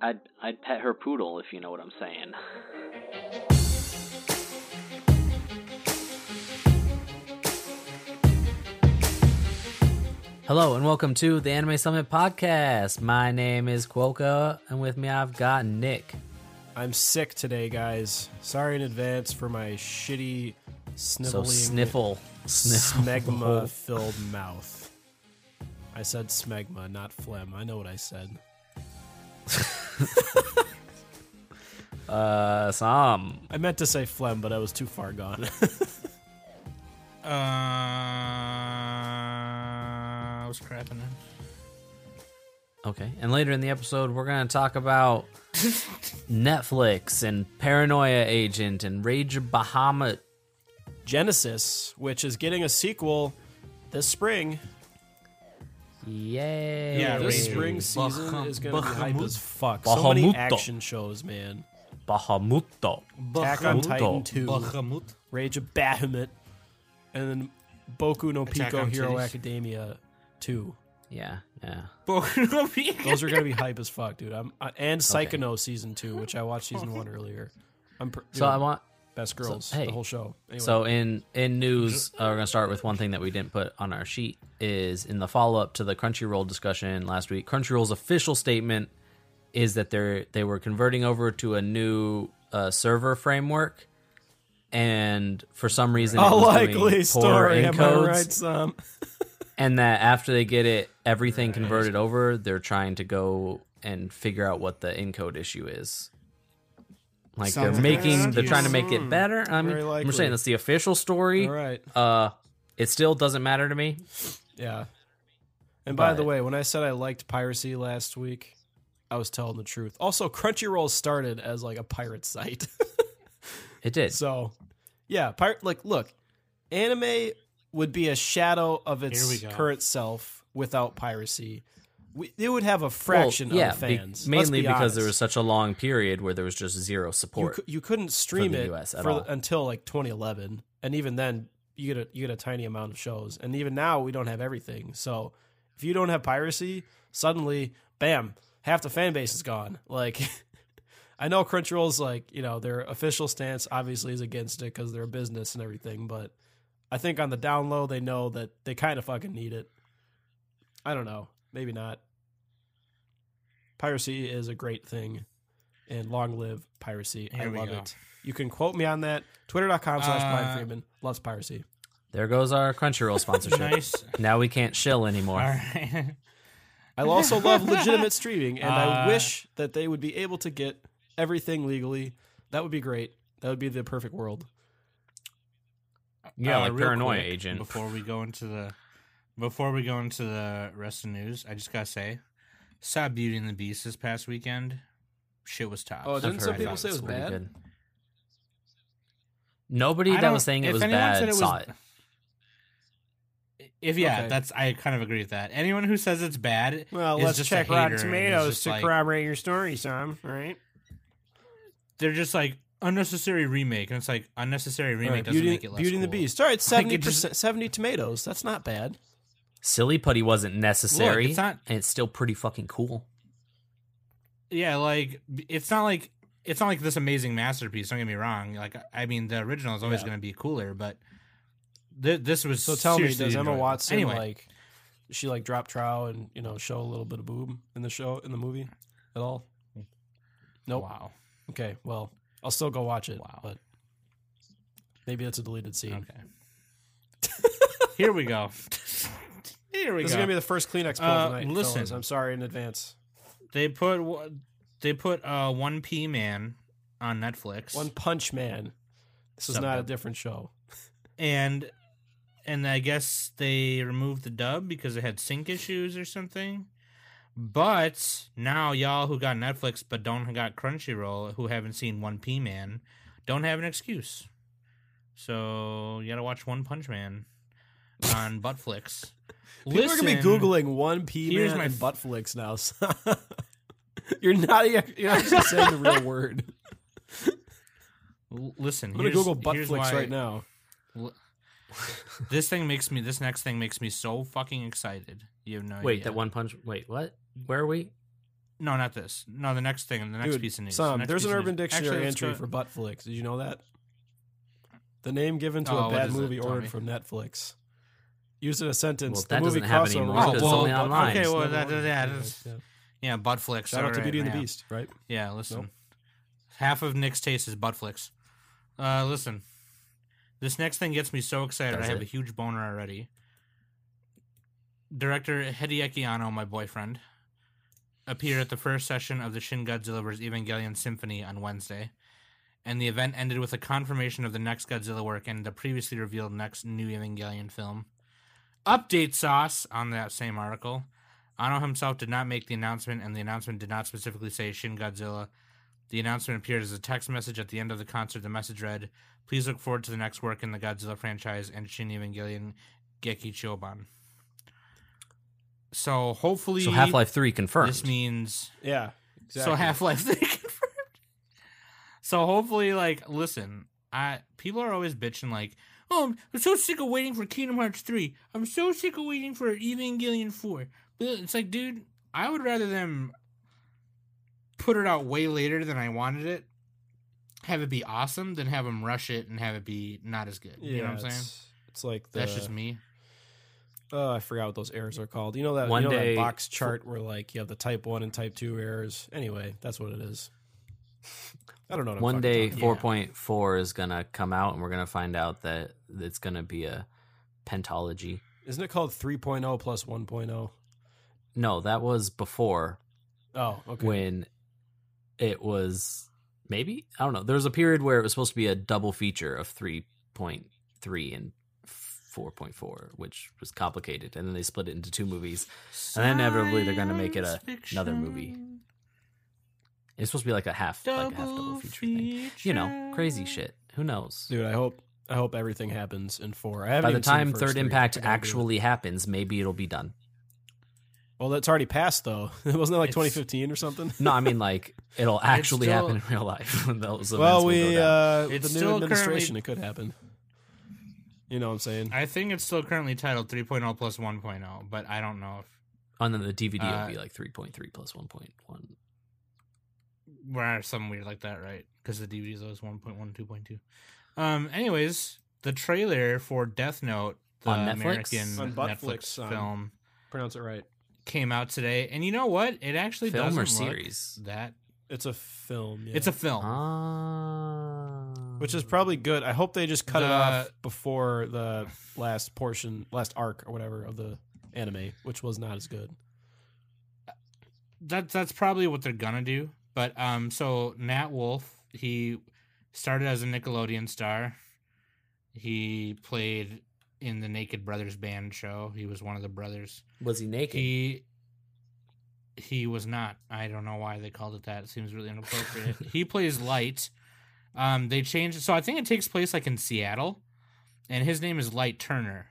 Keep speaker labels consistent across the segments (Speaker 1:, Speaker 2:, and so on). Speaker 1: I'd I'd pet her poodle if you know what I'm saying.
Speaker 2: Hello and welcome to the Anime Summit Podcast. My name is Quoka, and with me I've got Nick.
Speaker 3: I'm sick today, guys. Sorry in advance for my shitty,
Speaker 2: So
Speaker 3: sniveling,
Speaker 2: sniffle, sniffle.
Speaker 3: smegma-filled mouth. I said smegma, not phlegm. I know what I said.
Speaker 2: Uh, some.
Speaker 3: I meant to say phlegm, but I was too far gone.
Speaker 4: Uh, I was crapping.
Speaker 2: Okay. And later in the episode, we're gonna talk about Netflix and Paranoia Agent and Rage of Bahamut.
Speaker 3: Genesis, which is getting a sequel this spring.
Speaker 2: Yay!
Speaker 4: Yeah,
Speaker 3: This
Speaker 4: Rage of
Speaker 3: spring season
Speaker 4: Baham-
Speaker 3: is going to be hype
Speaker 4: Bahamut.
Speaker 3: as fuck. So many
Speaker 2: Bahamuto.
Speaker 3: action shows, man.
Speaker 2: Bahamuto.
Speaker 3: Attack on
Speaker 2: Bahamuto.
Speaker 3: Titan 2,
Speaker 4: Bahamut.
Speaker 3: Rage of Bahamut, and then Boku no
Speaker 4: Attack
Speaker 3: Pico
Speaker 4: on
Speaker 3: Hero
Speaker 4: Titties.
Speaker 3: Academia 2.
Speaker 2: Yeah, yeah.
Speaker 3: Those are gonna be hype as fuck, dude. I'm uh, and Psychono season two, which I watched season one earlier. I'm pr-
Speaker 2: So
Speaker 3: dude,
Speaker 2: I want.
Speaker 3: best girls
Speaker 2: hey.
Speaker 3: the whole show. Anyway, Mm-hmm.
Speaker 2: So in in news, uh, we're gonna start with one thing that we didn't put on our sheet is in the follow up to the Crunchyroll discussion last week. Crunchyroll's official statement is that they're they were converting over to a new uh, server framework, and for some reason, it
Speaker 3: a
Speaker 2: was doing
Speaker 3: likely
Speaker 2: poor
Speaker 3: story. Am I
Speaker 2: encodes,
Speaker 3: right, Sam?
Speaker 2: And that after they get it everything converted over, they're trying to go and figure out what the encode issue is. Like
Speaker 4: Sounds
Speaker 2: they're
Speaker 4: like an
Speaker 2: making, they're trying to
Speaker 4: excuse.
Speaker 2: make
Speaker 3: Hmm.
Speaker 2: it better. I mean,
Speaker 3: Very
Speaker 2: I'm
Speaker 3: likely.
Speaker 2: just saying that's the official story.
Speaker 3: All right,
Speaker 2: Uh, it still doesn't matter to me.
Speaker 3: yeah. And by
Speaker 2: But-
Speaker 3: the way, when I said I liked piracy last week, I was telling the truth. Also, Crunchyroll started as like a pirate site,
Speaker 2: It did.
Speaker 3: so yeah, pirate. Like, look, anime would be a shadow of
Speaker 4: Here we
Speaker 3: its
Speaker 4: go.
Speaker 3: current self without piracy. We, it would have a fraction
Speaker 2: Well, yeah,
Speaker 3: of
Speaker 2: be-
Speaker 3: fans, Let's
Speaker 2: mainly
Speaker 3: be
Speaker 2: because
Speaker 3: honest.
Speaker 2: there was such a long period where there was just zero
Speaker 3: you,
Speaker 2: support.
Speaker 3: cou- you couldn't stream
Speaker 2: the
Speaker 3: it
Speaker 2: US at
Speaker 3: for,
Speaker 2: all.
Speaker 3: until like 2011 and even then you get a you get a tiny amount of shows and even now we don't have everything so if you don't have piracy suddenly bam half the fan base is gone like i know crunchyroll's like you know their official stance obviously is against it because they're a business and everything but i think on the down low they know that they kind of fucking need it i don't know maybe not piracy is a great thing and long live piracy
Speaker 4: Here
Speaker 3: i
Speaker 4: we
Speaker 3: love
Speaker 4: go.
Speaker 3: it you can quote me on that twitter.com slash
Speaker 4: Uh,
Speaker 3: brian freeman loves piracy
Speaker 2: there goes our Crunchyroll sponsorship.
Speaker 4: Nice.
Speaker 2: Now we can't shill
Speaker 4: All
Speaker 2: anymore.
Speaker 4: right.
Speaker 3: i also love legitimate streaming and i
Speaker 4: Uh,
Speaker 3: wish that they would be able to get everything legally that would be great that would be the perfect world
Speaker 2: Yeah,
Speaker 4: Uh,
Speaker 2: like
Speaker 4: real
Speaker 2: Paranoia
Speaker 4: quick,
Speaker 2: Agent.
Speaker 4: Before we go into the, before we go into the rest of the news, I just gotta say, saw Beauty and the Beast this past weekend. Shit was tough.
Speaker 3: Oh, didn't
Speaker 2: I've
Speaker 3: some
Speaker 2: heard
Speaker 3: people
Speaker 2: it's
Speaker 3: say it was
Speaker 2: pretty
Speaker 3: bad?
Speaker 2: Nobody
Speaker 4: I
Speaker 2: that was
Speaker 4: don't-
Speaker 2: saying it
Speaker 4: if
Speaker 2: was
Speaker 4: anyone
Speaker 2: bad
Speaker 4: said it was-
Speaker 2: saw it.
Speaker 4: If yeah,
Speaker 3: Okay.
Speaker 4: that's I kind of agree with that. Anyone who says it's bad,
Speaker 3: well
Speaker 4: is just a hater and is just like-
Speaker 3: corroborate your story sam right
Speaker 4: they're just like unnecessary remake, and it's like unnecessary remake doesn't
Speaker 3: beauty,
Speaker 4: make it less.
Speaker 3: Beauty and the
Speaker 4: cool.
Speaker 3: beast all right 70
Speaker 4: it just-
Speaker 3: seventy tomatoes that's not bad
Speaker 2: Silly putty wasn't necessary,
Speaker 4: Look, it's not-
Speaker 2: and it's still pretty fucking cool.
Speaker 4: Yeah, like b- it's not like it's not like this amazing masterpiece. Don't get me wrong. Like I mean, the original is always
Speaker 3: Yeah.
Speaker 4: going to be cooler, but th- this was
Speaker 3: so tell me
Speaker 4: seriously
Speaker 3: does emma
Speaker 4: enjoyable.
Speaker 3: watson
Speaker 4: Anyway,
Speaker 3: like she like drop trow and you know show a little bit of boob in the show in the movie at all nope
Speaker 4: wow.
Speaker 3: Okay, well, I'll still go watch it.
Speaker 4: Wow.
Speaker 3: But maybe that's a deleted scene.
Speaker 4: Okay. Here we go. Here we
Speaker 3: This is
Speaker 4: go.
Speaker 3: gonna be the first Kleenex pull
Speaker 4: Uh,
Speaker 3: tonight.
Speaker 4: listen.
Speaker 3: fellas. I'm sorry in advance.
Speaker 4: they put wa- they put uh, One P Man on Netflix.
Speaker 3: One Punch Man. This is
Speaker 4: Subbed
Speaker 3: not a
Speaker 4: up.
Speaker 3: different show.
Speaker 4: and and I guess they removed the dub because it had sync issues or something. But now y'all who got Netflix but don't got Crunchyroll who haven't seen One P Man don't have an excuse. So you gotta watch One Punch Man on Buttflix.
Speaker 3: People are gonna be googling One P
Speaker 4: here's
Speaker 3: Man
Speaker 4: my
Speaker 3: and
Speaker 4: f-
Speaker 3: butt flicks now. so- you're not. You're not actually saying the real word.
Speaker 4: L- Listen,
Speaker 3: I'm gonna
Speaker 4: here's-
Speaker 3: Google butt
Speaker 4: here's
Speaker 3: flicks
Speaker 4: why-
Speaker 3: right now.
Speaker 4: L- this thing makes me. This next thing makes me so fucking excited. You have no
Speaker 2: Wait,
Speaker 4: idea.
Speaker 2: that One Punch. Wait, what? Where are we?
Speaker 4: No, not this. No, the next thing. The next piece of news.
Speaker 3: Some,
Speaker 4: Next
Speaker 3: there's
Speaker 4: piece
Speaker 3: an
Speaker 4: of
Speaker 3: Urban
Speaker 4: news.
Speaker 3: Dictionary
Speaker 4: Actually, let's
Speaker 3: entry
Speaker 4: go-
Speaker 3: for butt flicks. Did you know that? The name given to
Speaker 4: Oh,
Speaker 3: a
Speaker 4: what
Speaker 3: bad
Speaker 4: is it?
Speaker 3: movie
Speaker 4: Tell
Speaker 3: ordered
Speaker 4: me.
Speaker 3: from Netflix. Used in a sentence.
Speaker 2: Well,
Speaker 3: the
Speaker 2: that
Speaker 3: movie
Speaker 2: doesn't have
Speaker 3: crossover
Speaker 2: anymore
Speaker 3: was
Speaker 4: because it's
Speaker 3: about
Speaker 4: only
Speaker 3: butt
Speaker 2: online.
Speaker 3: flicks.
Speaker 4: Okay, well,
Speaker 3: Never
Speaker 4: that-
Speaker 3: won.
Speaker 4: yeah, that's-
Speaker 3: Yeah.
Speaker 4: Yeah, butt flicks.
Speaker 3: Shout out to
Speaker 4: alright,
Speaker 3: Beauty and the
Speaker 4: yeah.
Speaker 3: Beast, right?
Speaker 4: Yeah, listen.
Speaker 3: Nope.
Speaker 4: Half of Nick's taste is butt flicks. Uh, listen, this next thing gets me so excited.
Speaker 2: Does
Speaker 4: I have
Speaker 2: it?
Speaker 4: a huge boner already. Director Hideaki Anno, my boyfriend, appeared at the first session of the Shin Godzilla vs. Evangelion Symphony on Wednesday, and the event ended with a confirmation of the next Godzilla work and the previously revealed next new Evangelion film. Update sauce on that same article. Ano himself did not make the announcement, and the announcement did not specifically say Shin Godzilla. The announcement appeared as a text message at the end of the concert. The message read, Please look forward to the next work in the Godzilla franchise and Shin Evangelion Geki Choban. So hopefully
Speaker 2: So Half Life Three confirmed.
Speaker 4: this means
Speaker 3: Yeah. Exactly.
Speaker 4: so Half Life Three confirmed. So hopefully, like, listen, I people are always bitching like, oh, I'm, I'm so sick of waiting for Kingdom Hearts three. I'm so sick of waiting for Evangelion four. But it's like, dude, I would rather them put it out way later than I wanted it. Have it be awesome than have them rush it and have it be not as good. you know what I'm saying?
Speaker 3: It's, it's like the,
Speaker 4: That's just me.
Speaker 3: Oh, I forgot what those errors are called. You know that
Speaker 2: One
Speaker 3: you know
Speaker 2: day-
Speaker 3: that box chart where like you have the type one and type two errors. Anyway, that's what it is. I don't know. What I'm
Speaker 2: One
Speaker 3: fucking
Speaker 2: day,
Speaker 3: talking
Speaker 4: Yeah.
Speaker 2: four point four is gonna come out, and we're gonna find out that it's gonna be a pentology.
Speaker 3: about. isn't it called 3.0 plus oh? 1.0?
Speaker 2: No, that was before
Speaker 3: Oh, okay.
Speaker 2: when it was maybe I don't know. There was a period where it was supposed to be a double feature of three point three and four point four, which was complicated, and then they split it into two movies. And then inevitably they're gonna make it a-
Speaker 4: Science
Speaker 2: another movie.
Speaker 4: fiction,
Speaker 2: It's supposed to be like a half, like a half double
Speaker 4: double
Speaker 2: feature thing. You know, crazy
Speaker 4: feature.
Speaker 2: shit. Who knows?
Speaker 3: Dude, I hope I hope everything happens in four. I haven't
Speaker 2: By the
Speaker 3: even seen
Speaker 2: time
Speaker 3: first
Speaker 2: Third
Speaker 3: three.
Speaker 2: Impact
Speaker 3: I gotta do it.
Speaker 2: actually happens, maybe it'll be done.
Speaker 3: well, that's already passed though. Wasn't that like
Speaker 4: It's-
Speaker 3: 2015 or something?
Speaker 2: No, I mean like it'll actually
Speaker 4: still-
Speaker 2: happen in real life. Those events
Speaker 3: well,
Speaker 2: will go
Speaker 3: we
Speaker 2: down.
Speaker 3: uh,
Speaker 4: It's
Speaker 3: the new
Speaker 4: still
Speaker 3: administration, it could happen. You know what I'm saying?
Speaker 4: I think it's still currently titled 3.0 plus 1.0, but I don't know if
Speaker 2: and then the DVD
Speaker 4: uh,
Speaker 2: will be like three point three plus one point one.
Speaker 4: we're something weird like that, right? Because the DVD is always 1.1, 2.2. Um, anyways, the trailer for Death Note, the
Speaker 2: On Netflix?
Speaker 4: American
Speaker 3: On
Speaker 4: Netflix
Speaker 3: Butflix, um,
Speaker 4: film,
Speaker 3: Pronounce it right.
Speaker 4: came out today, and you know what? It actually
Speaker 2: Film
Speaker 4: doesn't
Speaker 2: or
Speaker 4: look
Speaker 2: series?
Speaker 4: that
Speaker 3: It's a film. Yeah.
Speaker 4: it's a film.
Speaker 2: Ah,
Speaker 3: which is probably good. I hope they just cut it
Speaker 4: The-
Speaker 3: off before the last portion, last arc or whatever of the anime, which was not as good.
Speaker 4: that that's probably what they're gonna do. But um, so Nat Wolf, he started as a Nickelodeon star. He played in the Naked Brothers band show. He was one of the brothers.
Speaker 2: was he naked?
Speaker 4: He he was not. I don't know why they called it that. It seems really inappropriate. he plays Light. Um, they changed. So I think it takes place like in Seattle, and his name is Light Turner,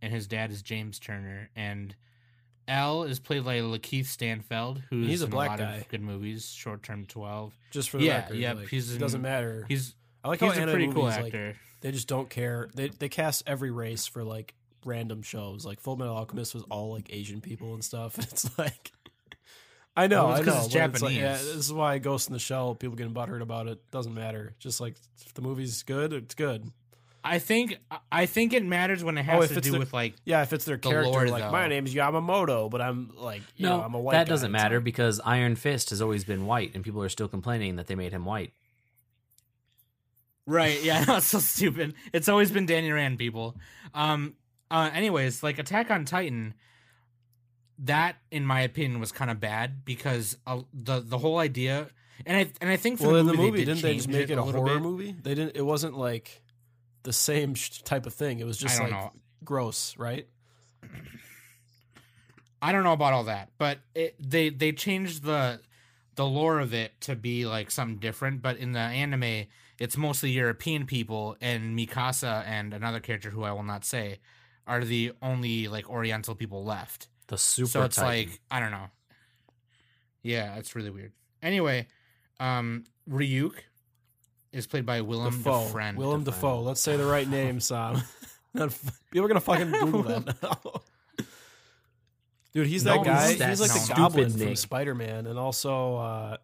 Speaker 4: and his dad is James Turner, and L is played by Lakeith Stanfield, who's
Speaker 3: He's a
Speaker 4: in
Speaker 3: black
Speaker 4: lot
Speaker 3: guy.
Speaker 4: of good movies. Short Term Twelve.
Speaker 3: Just for the
Speaker 4: Yeah,
Speaker 3: record,
Speaker 4: yeah,
Speaker 3: like,
Speaker 4: he's
Speaker 3: it
Speaker 4: in-
Speaker 3: doesn't matter.
Speaker 4: He's
Speaker 3: I like
Speaker 4: he's
Speaker 3: how
Speaker 4: a
Speaker 3: anime
Speaker 4: pretty cool
Speaker 3: movies, like,
Speaker 4: actor.
Speaker 3: they just don't care. They they cast every race for like random shows. Like Full Metal Alchemist was all like Asian people and stuff. It's like I know,
Speaker 4: Well, it's
Speaker 3: I
Speaker 4: 'cause
Speaker 3: know.
Speaker 4: it's
Speaker 3: but like, yeah,
Speaker 4: Japanese.
Speaker 3: this is why Ghost in the Shell. People getting butthurt about it doesn't matter. Just like if the movie's good, it's good.
Speaker 4: I think I think it matters when it
Speaker 3: Oh,
Speaker 4: has
Speaker 3: if
Speaker 4: to
Speaker 3: it's
Speaker 4: do
Speaker 3: the-
Speaker 4: with like
Speaker 3: Yeah, if it's their
Speaker 4: The
Speaker 3: character,
Speaker 4: lore,
Speaker 3: like
Speaker 4: though.
Speaker 3: my name's Yamamoto, but I'm like, you
Speaker 2: no,
Speaker 3: know, I'm a white.
Speaker 2: that
Speaker 3: guy.
Speaker 2: doesn't
Speaker 3: It's
Speaker 2: matter
Speaker 3: like-
Speaker 2: because Iron Fist has always been white, and people are still complaining that they made him white.
Speaker 4: Right. Yeah. That's so stupid. It's always been Danny Rand, people. Um. Uh. Anyways, like Attack on Titan, that in my opinion was kind of bad because uh, the the whole idea, and I and I think for
Speaker 3: well,
Speaker 4: the
Speaker 3: in
Speaker 4: movie,
Speaker 3: the movie,
Speaker 4: did
Speaker 3: did not they
Speaker 4: change
Speaker 3: just make it a
Speaker 4: little
Speaker 3: horror
Speaker 4: bit.
Speaker 3: movie? They didn't. It wasn't like the same sh- type of thing. It was just
Speaker 4: I don't
Speaker 3: like
Speaker 4: know.
Speaker 3: gross, right?
Speaker 4: I don't know about all that, but it, they they changed the the lore of it to be like something different. But in the anime, it's mostly European people, and Mikasa and another character who I will not say are the only like Oriental people left.
Speaker 2: The super
Speaker 4: so it's
Speaker 2: Titan.
Speaker 4: like I don't know. Yeah, it's really weird. Anyway, um Ryuk is played by Willem
Speaker 3: Defoe,
Speaker 4: Dafoe.
Speaker 3: Willem
Speaker 2: Dafoe.
Speaker 3: Dafoe. Let's say the right name, Sam. Not f- People are gonna fucking Google that now. Dude, he's
Speaker 2: No
Speaker 3: that
Speaker 2: one
Speaker 3: guy.
Speaker 2: is that
Speaker 3: he's like the
Speaker 4: stupid,
Speaker 3: goblin from
Speaker 2: Nick.
Speaker 3: Spider Man, and also uh,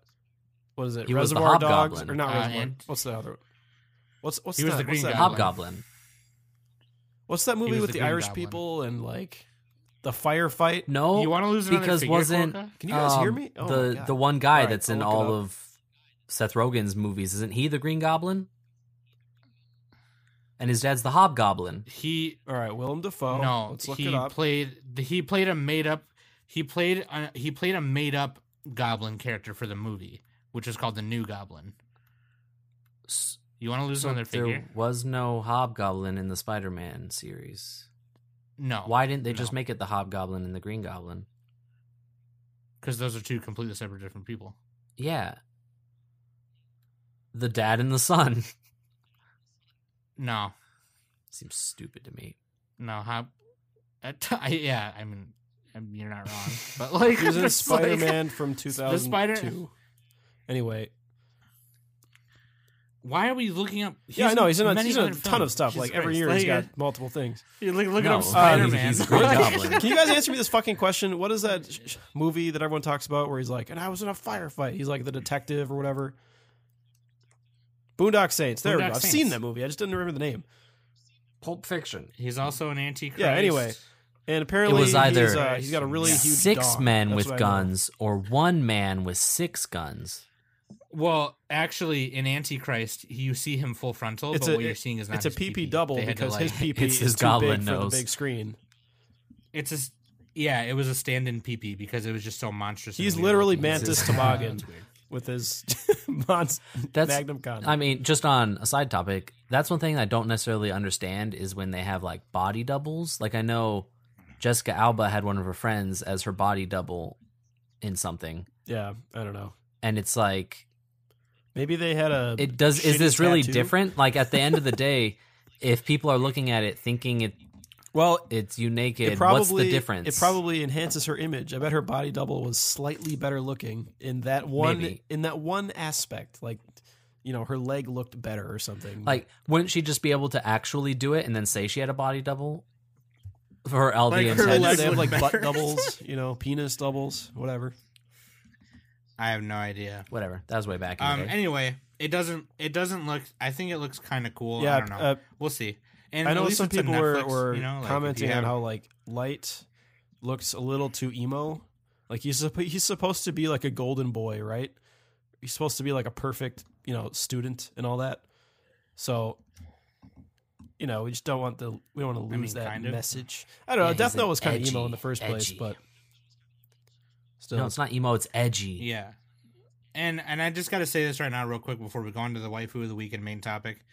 Speaker 3: what is it?
Speaker 2: He was the
Speaker 3: Reservoir Dogs
Speaker 2: Hobgoblin.
Speaker 3: or not?
Speaker 4: Uh,
Speaker 3: Reservoir?
Speaker 4: and-
Speaker 3: what's the other? What's what's
Speaker 4: He was
Speaker 3: that?
Speaker 4: the Green
Speaker 3: what's that
Speaker 4: Goblin.
Speaker 2: Hobgoblin.
Speaker 3: What's that movie
Speaker 4: was
Speaker 3: with
Speaker 4: the
Speaker 3: the,
Speaker 4: Green
Speaker 3: Irish
Speaker 4: Goblin.
Speaker 3: people and like the firefight?
Speaker 2: No,
Speaker 4: you want to lose another
Speaker 2: because
Speaker 4: figure,
Speaker 2: wasn't-
Speaker 4: Gorka?
Speaker 3: Can you guys hear
Speaker 2: um,
Speaker 3: me? Oh my
Speaker 2: the
Speaker 3: God.
Speaker 2: the one guy
Speaker 3: Alright,
Speaker 2: that's
Speaker 3: I'll
Speaker 2: in
Speaker 3: look it
Speaker 2: all
Speaker 3: up.
Speaker 2: of Seth Rogen's movies isn't he the Green Goblin? And his dad's the Hobgoblin.
Speaker 4: he
Speaker 3: All right, Willem Dafoe.
Speaker 4: no
Speaker 3: Oh, let's look
Speaker 4: he
Speaker 3: it up.
Speaker 4: played he played a made up he played a, he played a made up goblin character for the movie which is called the new goblin
Speaker 2: S-
Speaker 4: you want to lose
Speaker 2: so
Speaker 4: another
Speaker 2: there
Speaker 4: figure
Speaker 2: was no Hobgoblin in the Spider-Man series.
Speaker 3: Oh,
Speaker 4: no
Speaker 2: Why didn't they
Speaker 4: no.
Speaker 2: just make it the Hobgoblin and the Green Goblin?
Speaker 4: because those are two completely separate different people
Speaker 2: Yeah, the dad and the son
Speaker 4: no
Speaker 2: seems stupid to me.
Speaker 4: no how I, I- yeah i mean I mean, you're not wrong but like
Speaker 3: He was in
Speaker 4: it's like-
Speaker 3: Spider Man from two
Speaker 4: the
Speaker 3: thousand
Speaker 4: Spider-
Speaker 3: two. Anyway,
Speaker 4: why are we looking up
Speaker 3: yeah, I know he's in a,
Speaker 4: many
Speaker 3: he's in a
Speaker 4: other
Speaker 3: ton of
Speaker 4: films.
Speaker 3: stuff. like
Speaker 4: Jesus
Speaker 3: every
Speaker 4: Christ.
Speaker 3: year, he's
Speaker 4: Like,
Speaker 3: got um, multiple things.
Speaker 4: you're look- looking
Speaker 2: No,
Speaker 4: up
Speaker 2: uh,
Speaker 4: spider-man
Speaker 2: he's the Green Goblin.
Speaker 3: Can you guys answer me this fucking question? What is that sh- sh- movie that everyone talks about where he's like, and I was in a firefight? He's like the detective or whatever. Boondock Saints. There we
Speaker 4: Boondock
Speaker 3: go. I've
Speaker 4: Saints.
Speaker 3: seen that movie. I just didn't remember the name.
Speaker 2: Pulp Fiction.
Speaker 4: he's also an antichrist
Speaker 3: Yeah, anyway. And apparently,
Speaker 2: It was either
Speaker 3: he's, uh, he's got a really
Speaker 4: Yeah.
Speaker 3: huge
Speaker 2: Six
Speaker 3: dog.
Speaker 2: men
Speaker 3: That's
Speaker 2: with
Speaker 3: what I know.
Speaker 2: guns or one man with six guns.
Speaker 4: Well, actually, in Antichrist, you see him full frontal,
Speaker 3: It's
Speaker 4: but
Speaker 3: a-
Speaker 4: what you're seeing is not
Speaker 3: It's a
Speaker 4: his
Speaker 3: PP
Speaker 4: peepee.
Speaker 3: double
Speaker 4: They had to,
Speaker 3: because his
Speaker 4: like-
Speaker 3: PP
Speaker 2: It's his
Speaker 3: is too
Speaker 2: goblin
Speaker 3: big for
Speaker 2: nose.
Speaker 3: the big screen.
Speaker 4: It's a s- yeah, it was a stand-in PP because it was just so monstrous. and
Speaker 3: He's
Speaker 4: weird
Speaker 3: literally
Speaker 4: looking. It's
Speaker 3: Mantis
Speaker 4: just-
Speaker 3: Toboggan.
Speaker 4: It's weird.
Speaker 3: with his Mons
Speaker 2: That's-
Speaker 3: Magnum condom.
Speaker 2: I mean, just on a side topic, that's one thing I don't necessarily understand is when they have like body doubles. Like I know Jessica Alba had one of her friends as her body double in something,
Speaker 3: yeah, I don't know.
Speaker 2: and it's like
Speaker 3: Maybe they had a.
Speaker 2: it does
Speaker 3: shitty
Speaker 2: is this really
Speaker 3: tattoo?
Speaker 2: different? Like at the end of the day, if people are looking at it thinking it
Speaker 3: Well,
Speaker 2: it's you naked,
Speaker 3: it probably
Speaker 2: what's the difference?
Speaker 3: It probably enhances her image. I bet her body double was slightly better looking in that one
Speaker 2: Maybe.
Speaker 3: in that one aspect. Like, you know, her leg looked better or something.
Speaker 2: like wouldn't she just be able to actually do it and then say she had a body double for all
Speaker 4: Like,
Speaker 2: the
Speaker 4: her
Speaker 3: I
Speaker 2: intents?
Speaker 3: know
Speaker 4: legs
Speaker 3: they have like
Speaker 4: look better.
Speaker 3: butt doubles, you know, penis doubles, whatever.
Speaker 4: I have no idea.
Speaker 2: Whatever. That was way back. In
Speaker 4: Um.
Speaker 2: the day.
Speaker 4: Anyway, it doesn't. It doesn't look. I think it looks kind of cool.
Speaker 3: yeah,
Speaker 4: I don't know.
Speaker 3: uh,
Speaker 4: we'll see. And
Speaker 3: I
Speaker 4: at
Speaker 3: know
Speaker 4: least
Speaker 3: some
Speaker 4: it's a
Speaker 3: people
Speaker 4: Netflix,
Speaker 3: were, were
Speaker 4: you know, like, if you
Speaker 3: commenting on
Speaker 4: have-
Speaker 3: how like light looks a little too emo. Like he's suppo- he's supposed to be like a golden boy, right? He's supposed to be like a perfect you know student and all that. So you know we just don't want the we don't want to
Speaker 4: I
Speaker 3: lose
Speaker 4: mean,
Speaker 3: that
Speaker 4: kind of.
Speaker 3: message. I don't know.
Speaker 2: Yeah,
Speaker 3: Death
Speaker 2: he's
Speaker 3: Note
Speaker 2: an
Speaker 3: was kind of emo
Speaker 2: edgy-
Speaker 3: in the first place,
Speaker 2: edgy.
Speaker 3: but still,
Speaker 2: no, it's not emo. It's edgy.
Speaker 4: Yeah. And and I just got to say this right now, real quick, before we go on to the waifu of the week and main topic.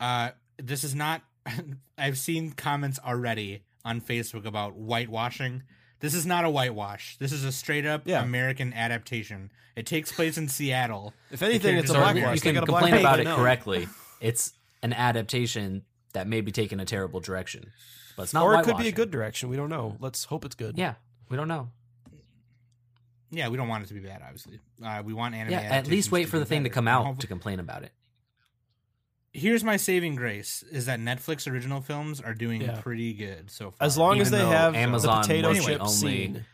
Speaker 4: Uh, this is not. I've seen comments already on Facebook about whitewashing. This is not a whitewash. This is a straight up
Speaker 3: Yeah.
Speaker 4: American adaptation. It takes place in Seattle.
Speaker 3: if anything, it's a
Speaker 4: characters
Speaker 3: blackwash.
Speaker 4: are black.
Speaker 2: you
Speaker 3: They
Speaker 2: can
Speaker 3: got a
Speaker 2: complain
Speaker 3: blackwash
Speaker 2: about
Speaker 3: by
Speaker 2: it
Speaker 3: now.
Speaker 2: correctly. It's an adaptation that may be taken a terrible direction, but it's not.
Speaker 3: or it could be a
Speaker 2: whitewashing.
Speaker 3: good direction. We don't know. Let's hope it's good.
Speaker 2: Yeah, we don't know.
Speaker 4: Yeah, we don't want it to be bad, obviously. Uh, we want anime.
Speaker 2: yeah, at least
Speaker 4: adaptations
Speaker 2: wait
Speaker 4: to
Speaker 2: for
Speaker 4: be
Speaker 2: the thing to
Speaker 4: better.
Speaker 2: come
Speaker 4: And
Speaker 2: out
Speaker 4: hopefully-
Speaker 2: to complain about it.
Speaker 4: Here's my saving grace: is that Netflix original films are doing
Speaker 3: Yeah.
Speaker 4: pretty good so far.
Speaker 3: As long
Speaker 2: Even
Speaker 3: as they
Speaker 2: though
Speaker 3: have
Speaker 2: Amazon
Speaker 3: the potato
Speaker 2: was
Speaker 3: chip
Speaker 2: the only-
Speaker 3: scene,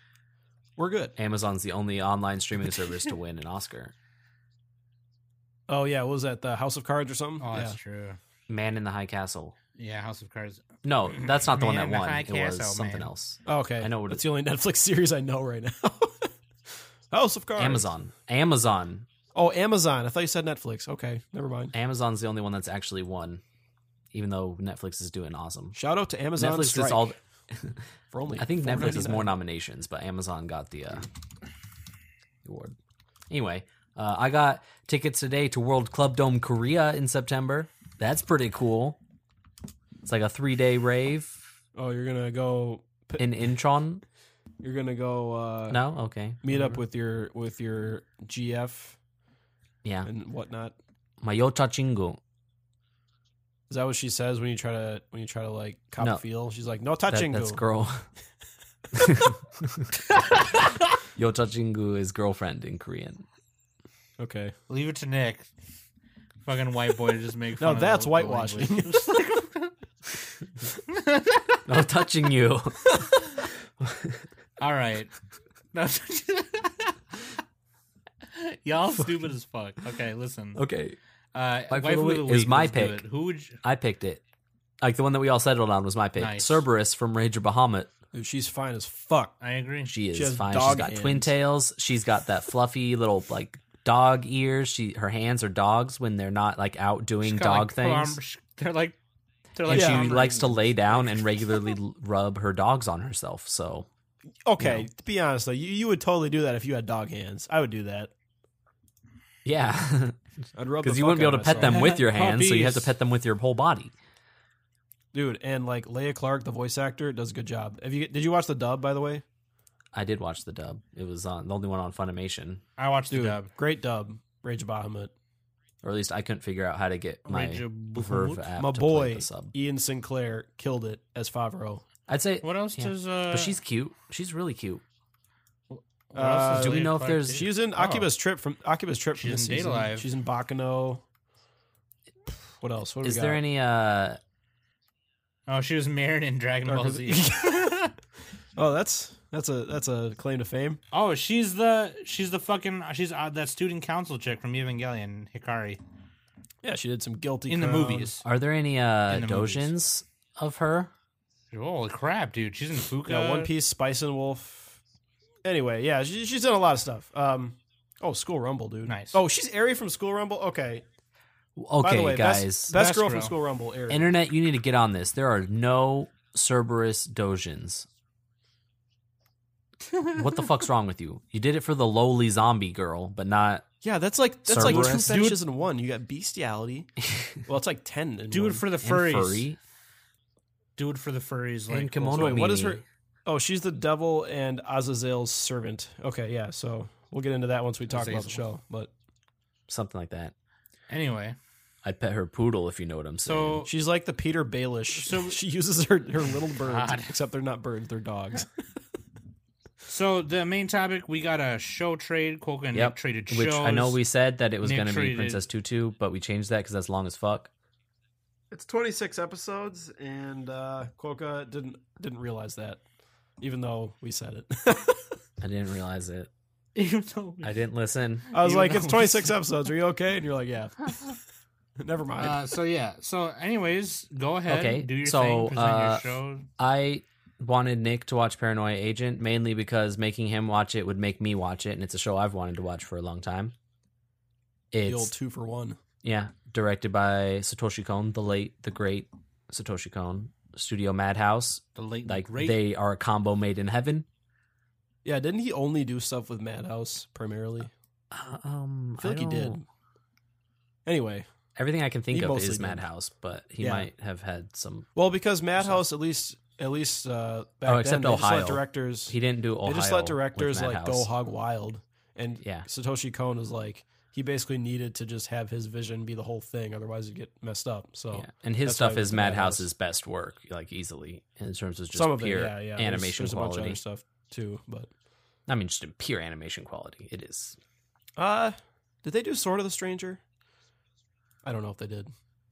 Speaker 3: we're good.
Speaker 2: Amazon's the only online streaming service to win an Oscar.
Speaker 3: Oh yeah, what was that the House of Cards or something?
Speaker 4: Oh,
Speaker 3: yeah.
Speaker 4: that's true.
Speaker 2: Man in the High Castle.
Speaker 4: Yeah, House of Cards.
Speaker 2: No, that's not the
Speaker 4: Man
Speaker 2: one
Speaker 4: in
Speaker 2: that
Speaker 4: the
Speaker 2: won.
Speaker 4: High
Speaker 2: It
Speaker 4: Castle,
Speaker 2: was something
Speaker 4: man.
Speaker 2: else.
Speaker 3: Oh, okay,
Speaker 2: I know what
Speaker 3: That's
Speaker 2: it-
Speaker 3: the only Netflix series I know right now. House of Cards.
Speaker 2: Amazon. Amazon.
Speaker 3: Oh, Amazon. I thought you said Netflix. Okay, never mind.
Speaker 2: Amazon's the only one that's actually won, even though Netflix is doing awesome.
Speaker 3: Shout out to Amazon.
Speaker 2: Netflix
Speaker 3: Strike
Speaker 2: is all.
Speaker 3: for only.
Speaker 2: I think Netflix has
Speaker 3: $4.99.
Speaker 2: more nominations, but Amazon got the uh, award. Anyway, uh, I got tickets today to World Club Dome Korea in September. That's pretty cool. It's like a three day rave
Speaker 3: Oh, you're gonna go.
Speaker 2: in Incheon.
Speaker 3: You're gonna go. Uh,
Speaker 2: No, okay.
Speaker 3: Meet up with your with your GF
Speaker 2: Yeah,
Speaker 3: and whatnot.
Speaker 2: my Yota Chingu.
Speaker 3: Is that what she says when you try to when you try to like cop
Speaker 2: No.
Speaker 3: a feel? She's like, no
Speaker 2: That,
Speaker 3: touching.
Speaker 2: that's
Speaker 3: goo.
Speaker 2: girl. Yota Chingu is girlfriend in Korean.
Speaker 3: Okay.
Speaker 4: Leave it to Nick. Fucking white boy to just make
Speaker 3: No,
Speaker 4: fun of
Speaker 3: that's
Speaker 4: the- the
Speaker 3: whitewashing.
Speaker 4: language.
Speaker 2: No touching you.
Speaker 4: All right. No. Y'all stupid as fuck. Okay, listen.
Speaker 2: Okay,
Speaker 4: Uh,
Speaker 2: Mike
Speaker 4: Waifu of
Speaker 2: Willoughby
Speaker 4: the
Speaker 2: is
Speaker 4: week,
Speaker 2: my
Speaker 4: let's do
Speaker 2: pick.
Speaker 4: it. Who would you,
Speaker 2: I picked it. Like the one that we all settled on was my pick.
Speaker 4: Nice.
Speaker 2: Cerberus from Rage of Bahamut.
Speaker 3: Dude, she's fine as fuck.
Speaker 4: I agree.
Speaker 2: She is
Speaker 3: She has
Speaker 2: fine. She's
Speaker 3: dog
Speaker 2: got twin
Speaker 3: hands.
Speaker 2: tails. She's got that fluffy little like dog ears. She her hands are dogs when they're not like out
Speaker 4: She's
Speaker 2: doing
Speaker 4: got,
Speaker 2: dog
Speaker 4: like,
Speaker 2: things.
Speaker 4: palm- they're like, they're
Speaker 2: and
Speaker 4: like.
Speaker 3: Yeah.
Speaker 2: she likes to lay down and regularly l- rub her dogs on herself. So
Speaker 3: Okay, to be honest though, you, you would totally do that if you had dog hands. I would do that.
Speaker 2: yeah,
Speaker 3: I'd rub the
Speaker 2: because you
Speaker 3: fuck
Speaker 2: wouldn't be
Speaker 3: out
Speaker 2: able to
Speaker 3: of
Speaker 2: pet
Speaker 3: myself.
Speaker 2: them with your hands, so you have to
Speaker 4: Puppies.
Speaker 2: pet them with your whole body.
Speaker 3: dude. And like Leia Clark, the voice actor, does a good job. Have you did you watch the dub by the way?
Speaker 2: I did watch the dub. It was on the only one on Funimation,
Speaker 4: I watched
Speaker 3: Dude,
Speaker 4: the dub.
Speaker 3: great dub, Rage of Bahamut.
Speaker 2: or at least I couldn't figure out how to get my
Speaker 4: Rage of
Speaker 2: Verve
Speaker 4: Bahamut.
Speaker 2: app
Speaker 3: My
Speaker 2: to play
Speaker 3: boy
Speaker 2: the sub.
Speaker 3: Ian Sinclair killed it as Favreau.
Speaker 2: I'd say,
Speaker 4: What else
Speaker 2: Yeah.
Speaker 4: does? Uh,
Speaker 2: but she's cute. She's really cute.
Speaker 4: what else does
Speaker 3: Uh,
Speaker 2: do we
Speaker 4: Leia
Speaker 2: know if
Speaker 4: Clark
Speaker 2: there's-
Speaker 4: do?
Speaker 3: She was in
Speaker 4: Oh.
Speaker 3: Akiba's Trip from Akiba's Trip from
Speaker 4: She's
Speaker 3: this
Speaker 4: in Data
Speaker 3: season.
Speaker 4: Live.
Speaker 3: She's in Bakano. What else? What do
Speaker 2: Is
Speaker 3: we
Speaker 2: there
Speaker 3: got?
Speaker 2: any uh
Speaker 4: Oh, she was Marin in Dragon
Speaker 3: Or
Speaker 4: Ball
Speaker 3: is
Speaker 4: Z.
Speaker 3: it- oh, that's that's a that's a claim to fame.
Speaker 4: oh, she's the she's the fucking she's uh, that student council chick from Evangelion, Hikari,
Speaker 3: Yeah, she did some guilty
Speaker 4: in the
Speaker 3: Crown.
Speaker 4: movies.
Speaker 2: Are there any uh
Speaker 4: In the movies.
Speaker 2: dojins of her?
Speaker 4: Holy crap, dude! She's in Fuka.
Speaker 3: Yeah, One Piece, Spice and Wolf. Anyway, yeah, she, she's done a lot of stuff. Um, oh, School Rumble, dude.
Speaker 4: Nice.
Speaker 3: Oh, she's Aerie from School Rumble. Okay. By
Speaker 2: Okay,
Speaker 3: the way,
Speaker 2: guys.
Speaker 3: best, best,
Speaker 4: Best
Speaker 3: girl,
Speaker 4: girl.
Speaker 3: from School Rumble, Aerie.
Speaker 2: Internet, you need to get on this. There are no Cerberus dojins. what the fuck's wrong with you? You did it for the lowly zombie girl, but not
Speaker 3: yeah, that's like that's like two
Speaker 2: Cerberus.
Speaker 3: fetishes in one. You got bestiality. well, it's like ten. In
Speaker 4: Do
Speaker 3: one.
Speaker 4: it for the
Speaker 2: and
Speaker 4: furries.
Speaker 2: furry.
Speaker 4: Do it for the furries.
Speaker 2: And
Speaker 4: Like
Speaker 2: kimono.
Speaker 3: So wait, what is
Speaker 2: Meanie.
Speaker 3: her? Oh, she's the devil and Azazel's servant. Okay, yeah. So we'll get into that once we talk about the
Speaker 4: Azazel.
Speaker 3: show. But
Speaker 2: Something like that.
Speaker 4: Anyway,
Speaker 2: I'd pet her poodle if you know what I'm saying.
Speaker 4: so
Speaker 3: she's like the Peter Baelish.
Speaker 4: So-
Speaker 3: she uses her her little birds,
Speaker 4: God.
Speaker 3: except they're not birds; they're dogs.
Speaker 4: so the main topic we got a show trade. Coca and
Speaker 2: Yep,
Speaker 4: Nick traded
Speaker 2: Which
Speaker 4: shows.
Speaker 2: I know we said that it was
Speaker 4: Nick
Speaker 2: going to be
Speaker 4: treated-
Speaker 2: Princess Tutu, but we changed that because that's long as fuck.
Speaker 3: It's 26 episodes, and uh, Quokka didn't didn't realize that, even though we said it.
Speaker 2: I didn't realize it.
Speaker 4: Even though we-
Speaker 2: I didn't listen.
Speaker 3: I was
Speaker 4: Even
Speaker 3: like,
Speaker 4: though
Speaker 3: "It's
Speaker 4: we
Speaker 3: 26
Speaker 4: said-
Speaker 3: episodes. Are you okay?" And you're like, "Yeah." Never mind.
Speaker 4: Uh, so yeah. So anyways, go ahead.
Speaker 2: Okay,
Speaker 4: Do your
Speaker 2: so,
Speaker 4: thing. Present
Speaker 2: uh,
Speaker 4: your show.
Speaker 2: I wanted Nick to watch Paranoia Agent mainly because making him watch it would make me watch it, and it's a show I've wanted to watch for a long time.
Speaker 3: the old
Speaker 2: It's
Speaker 3: two for one.
Speaker 2: yeah, directed by Satoshi Kon, the late, the great Satoshi Kon. Studio Madhouse,
Speaker 4: The late
Speaker 2: like
Speaker 4: great.
Speaker 2: they are a combo made in heaven.
Speaker 3: Yeah, didn't he only do stuff with Madhouse primarily?
Speaker 2: Uh, Um,
Speaker 3: I feel like he
Speaker 2: don't-
Speaker 3: did. Anyway,
Speaker 2: Everything I can think
Speaker 3: He
Speaker 2: of
Speaker 3: mostly
Speaker 2: is
Speaker 3: did.
Speaker 2: Madhouse, but he
Speaker 3: Yeah.
Speaker 2: might have had some.
Speaker 3: well, because Madhouse at least at least uh, back
Speaker 2: Oh, except
Speaker 3: then they just
Speaker 2: Ohio.
Speaker 3: let directors
Speaker 2: He didn't do Ohio.
Speaker 3: they just let
Speaker 2: with
Speaker 3: directors like go
Speaker 2: Madhouse.
Speaker 3: hog wild, and
Speaker 2: Yeah.
Speaker 3: Satoshi Kon was like he basically needed to just have his vision be the whole thing, otherwise it'd get messed up. So.
Speaker 2: Yeah. And his
Speaker 3: That's why
Speaker 2: stuff
Speaker 3: it
Speaker 2: is
Speaker 3: was Madhouse.
Speaker 2: Madhouse's best work, like easily in terms of just
Speaker 3: some of
Speaker 2: pure
Speaker 3: it, yeah, yeah. There's-
Speaker 2: animation
Speaker 3: there's, a
Speaker 2: quality.
Speaker 3: bunch of other stuff too, but
Speaker 2: I mean, just in pure animation quality, it is.
Speaker 3: uh, did they do Sword of the Stranger? I don't know if they did.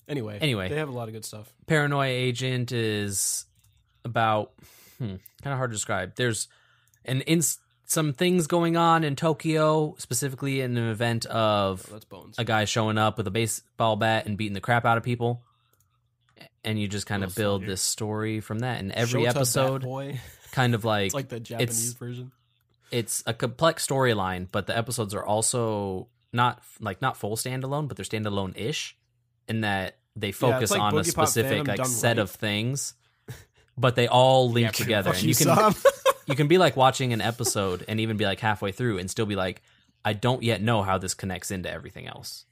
Speaker 3: Anyway,
Speaker 2: Anyway.
Speaker 3: they have a lot of good stuff.
Speaker 2: Paranoia Agent is about hmm, kind of hard to describe. There's an in some things going on in Tokyo, specifically in an event
Speaker 3: Oh,
Speaker 2: of
Speaker 3: that's Bones.
Speaker 2: a guy showing up with a baseball bat and beating the crap out of people. And you just kind of
Speaker 4: Little
Speaker 2: build
Speaker 4: soldier.
Speaker 2: this story from that. And every
Speaker 3: Shota Bat
Speaker 2: episode,
Speaker 3: boy.
Speaker 2: kind of
Speaker 3: It's like the Japanese version.
Speaker 2: it's a complex storyline, but the episodes are also not like not full standalone, but they're standalone ish in that they focus
Speaker 3: like
Speaker 2: on a
Speaker 3: Boogie Pop
Speaker 2: specific
Speaker 3: Phantom
Speaker 2: like
Speaker 3: done
Speaker 2: set
Speaker 3: right.
Speaker 2: of things, but they all link
Speaker 4: Yeah,
Speaker 2: together.
Speaker 4: pretty
Speaker 3: Fuck
Speaker 2: And
Speaker 3: you,
Speaker 2: you can
Speaker 3: Sam.
Speaker 2: you can be like watching an episode and even be like halfway through and still be like, I don't yet know how this connects into everything else.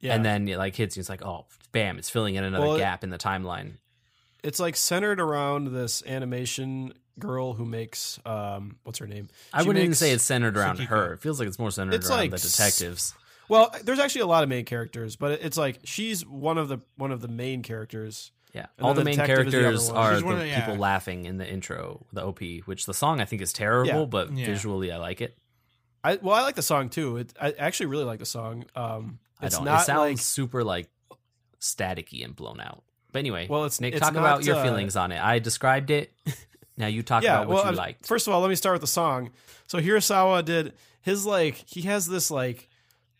Speaker 3: yeah,
Speaker 2: And then it like hits you, it's like, oh, bam, it's filling in another
Speaker 3: Well, it-
Speaker 2: gap in the timeline.
Speaker 3: it's like centered around this animation girl who makes um, what's her name?
Speaker 2: I
Speaker 3: she
Speaker 2: wouldn't even
Speaker 3: makes-
Speaker 2: say it's centered around
Speaker 4: Tsukiko.
Speaker 2: her. It feels like it's more centered
Speaker 3: It's
Speaker 2: around
Speaker 3: like
Speaker 2: the
Speaker 3: s-
Speaker 2: detectives.
Speaker 3: Well, there's actually a lot of main characters, but it's like she's one of the one of the main characters.
Speaker 2: Yeah,
Speaker 3: And
Speaker 2: all the
Speaker 3: then
Speaker 2: main
Speaker 3: the detective is the other
Speaker 2: characters
Speaker 3: one.
Speaker 2: are
Speaker 4: She's
Speaker 2: the
Speaker 4: one of the-
Speaker 2: people
Speaker 4: yeah.
Speaker 2: laughing in the intro, the OP, which the song I think is terrible,
Speaker 3: Yeah.
Speaker 2: but
Speaker 4: Yeah.
Speaker 2: visually I like it.
Speaker 3: I well, I like the song too. It, I actually really like the song. Um,
Speaker 2: I
Speaker 3: it's
Speaker 2: don't.
Speaker 3: not
Speaker 2: it sounds
Speaker 3: like
Speaker 2: super like staticky and blown out. But anyway,
Speaker 3: Well, it's-
Speaker 2: Nick.
Speaker 3: it's
Speaker 2: talk
Speaker 3: not,
Speaker 2: about your
Speaker 3: uh,
Speaker 2: feelings on it. I described it. Now you talk about what you
Speaker 3: I-
Speaker 2: liked.
Speaker 3: First of all, let me start with the song. So Hirasawa did his like he has this like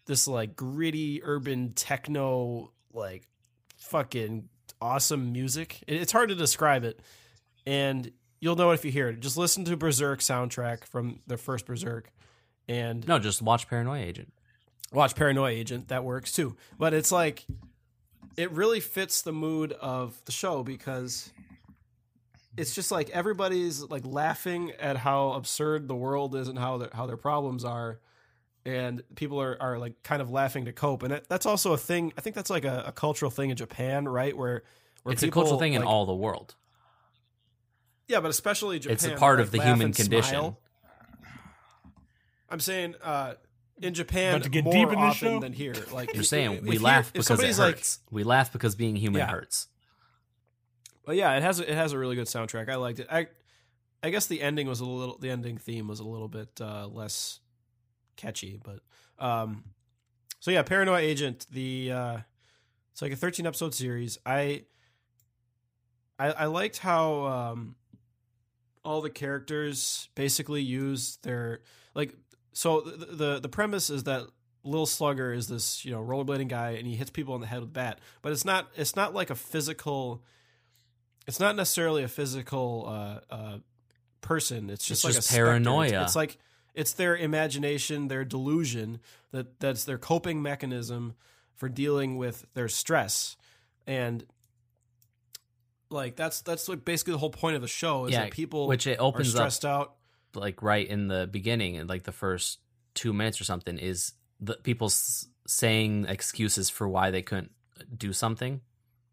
Speaker 3: this like gritty urban techno like fucking awesome music. It- it's hard to describe it, and you'll know it if you hear it. Just listen to Berserk soundtrack from the first Berserk, and
Speaker 2: no, just watch Paranoia Agent.
Speaker 3: watch Paranoia Agent. That works too. But it's like it really fits the mood of the show because it's just like everybody's like laughing at how absurd the world is and how their, how their problems are and people are, are like kind of laughing to cope and that, that's also a thing i think that's like a, a cultural thing in japan right where, where
Speaker 2: It's a cultural
Speaker 3: people,
Speaker 2: thing in
Speaker 3: like-
Speaker 2: all the world.
Speaker 3: yeah but especially japan
Speaker 2: it's a part
Speaker 3: like,
Speaker 2: of the
Speaker 3: laugh
Speaker 2: human
Speaker 3: and
Speaker 2: condition.
Speaker 3: smile. i'm saying uh in japan
Speaker 4: About to get
Speaker 3: more
Speaker 4: deep in this
Speaker 3: often
Speaker 4: show?
Speaker 3: than here like
Speaker 2: You're
Speaker 3: if-
Speaker 2: saying
Speaker 3: if
Speaker 2: we
Speaker 3: you-
Speaker 2: laugh
Speaker 3: if
Speaker 2: because
Speaker 3: somebody's
Speaker 2: it
Speaker 3: like
Speaker 2: hurts. we laugh because being human
Speaker 3: Yeah.
Speaker 2: hurts.
Speaker 3: But yeah, it has it has a really good soundtrack. I liked it. I I guess the ending was a little the ending theme was a little bit uh, less catchy, but um, so yeah, Paranoia Agent. The uh, it's like a thirteen episode series. I I, I liked how um, all the characters basically use their like. So the, the the premise is that Lil Slugger is this you know rollerblading guy, and he hits people on the head with a bat. But it's not it's not like a physical it's not necessarily a physical uh, uh, person. It's just like
Speaker 2: just
Speaker 3: a specter. It's-
Speaker 2: paranoia.
Speaker 3: It's like it's their imagination, their delusion that that's their coping mechanism for dealing with their stress, and like that's that's like basically the whole point of the show is
Speaker 2: Yeah,
Speaker 3: that people
Speaker 2: Which it
Speaker 3: are
Speaker 2: opens up
Speaker 3: stressed out.
Speaker 2: like right in the beginning and like the first two minutes or something is the people s- saying excuses for why they couldn't uh, do something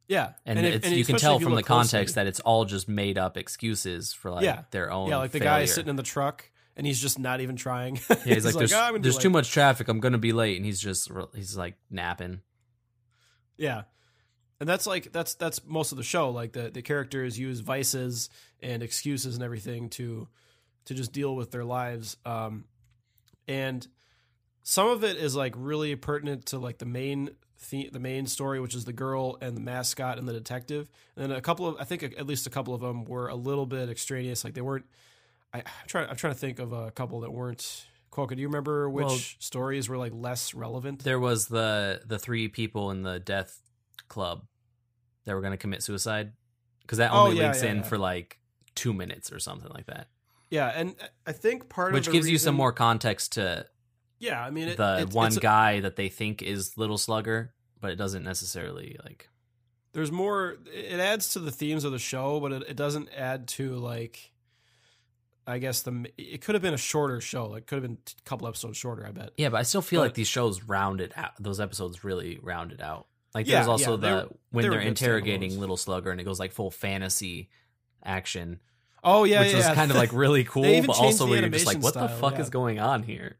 Speaker 3: Yeah,
Speaker 2: and,
Speaker 3: if-
Speaker 2: it's, you can
Speaker 3: especially
Speaker 2: tell
Speaker 3: if you
Speaker 2: from the
Speaker 3: look closely.
Speaker 2: context that it's all just made up excuses for like
Speaker 3: Yeah.
Speaker 2: their own
Speaker 3: yeah, like the
Speaker 2: failure.
Speaker 3: guy sitting in the truck and he's just not even trying.
Speaker 2: yeah, he's, like, there's,
Speaker 3: "Ah, I'm gonna be
Speaker 2: there's
Speaker 3: late."
Speaker 2: too much traffic i'm gonna be late and he's just re- he's like napping
Speaker 3: Yeah. And that's like that's that's most of the show. Like the, the characters use vices and excuses and everything to to just deal with their lives. Um and some of it is like really pertinent to like the main the, the main story, which is the girl and the mascot and the detective. And then a couple of I think at least a couple of them were a little bit extraneous. Like they weren't. I, I'm trying. I'm trying to think of a couple that weren't. Quoka, do you remember which
Speaker 2: Well-
Speaker 3: stories were like less relevant?
Speaker 2: there was the the three people in the death club that were gonna commit suicide because that
Speaker 3: Oh,
Speaker 2: only
Speaker 3: yeah,
Speaker 2: links
Speaker 3: yeah,
Speaker 2: in
Speaker 3: yeah.
Speaker 2: for like two minutes or something like that
Speaker 3: Yeah, and I think part of
Speaker 2: which
Speaker 3: the
Speaker 2: gives you some
Speaker 3: reason-
Speaker 2: more context to
Speaker 3: Yeah, I mean, it,
Speaker 2: the
Speaker 3: it's-
Speaker 2: one
Speaker 3: it's-
Speaker 2: guy that they think is Little Slugger, but it doesn't necessarily like.
Speaker 3: There's more. It adds to the themes of the show, but it, it doesn't add to like. I guess the it could have been a shorter show. Like, could have been a couple episodes shorter. I bet.
Speaker 2: Yeah, but I still feel like
Speaker 3: But-
Speaker 2: these shows rounded out. Those episodes really rounded out. Like
Speaker 3: Yeah,
Speaker 2: there's also
Speaker 3: yeah,
Speaker 2: the
Speaker 3: they were-
Speaker 2: when
Speaker 3: they
Speaker 2: they
Speaker 3: were
Speaker 2: are
Speaker 3: good
Speaker 2: interrogating
Speaker 3: standalones.
Speaker 2: Little Slugger and it goes like full fantasy action,
Speaker 3: Oh yeah,
Speaker 2: which
Speaker 3: yeah,
Speaker 2: was
Speaker 3: yeah.
Speaker 2: kind of like really cool,
Speaker 3: even
Speaker 2: but
Speaker 3: changed
Speaker 2: also
Speaker 3: the
Speaker 2: where you're just like,
Speaker 3: animation
Speaker 2: what the
Speaker 3: style,
Speaker 2: fuck
Speaker 3: yeah.
Speaker 2: is going on here?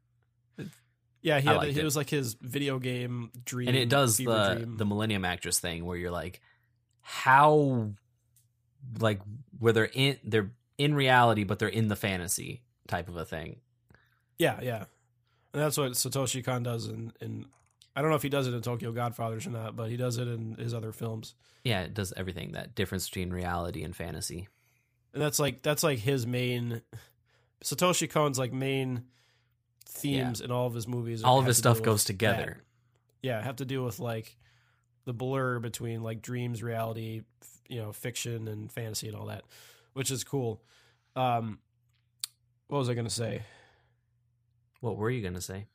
Speaker 3: yeah. He,
Speaker 2: I
Speaker 3: had,
Speaker 2: liked
Speaker 3: he
Speaker 2: it.
Speaker 3: was like his video game dream,
Speaker 2: and it does
Speaker 3: fever
Speaker 2: the
Speaker 3: dream.
Speaker 2: the Millennium Actress thing where you're like, how, like where they're in they're in reality, but they're in the fantasy type of a thing.
Speaker 3: yeah, yeah. And that's what Satoshi Kon does in in. I don't know if he does it in Tokyo Godfathers or not, but he does it in his other films.
Speaker 2: Yeah, it does everything. That difference between reality and fantasy.
Speaker 3: And that's like that's like his main Satoshi Kon's like main themes in all of his movies.
Speaker 2: All of
Speaker 3: have
Speaker 2: his
Speaker 3: to
Speaker 2: stuff
Speaker 3: deal
Speaker 2: goes
Speaker 3: with
Speaker 2: together.
Speaker 3: that. Yeah, have to deal with like the blur between like dreams, reality, f- you know, fiction and fantasy and all that, which is cool. Um what was I going to say?
Speaker 2: What were you gonna say?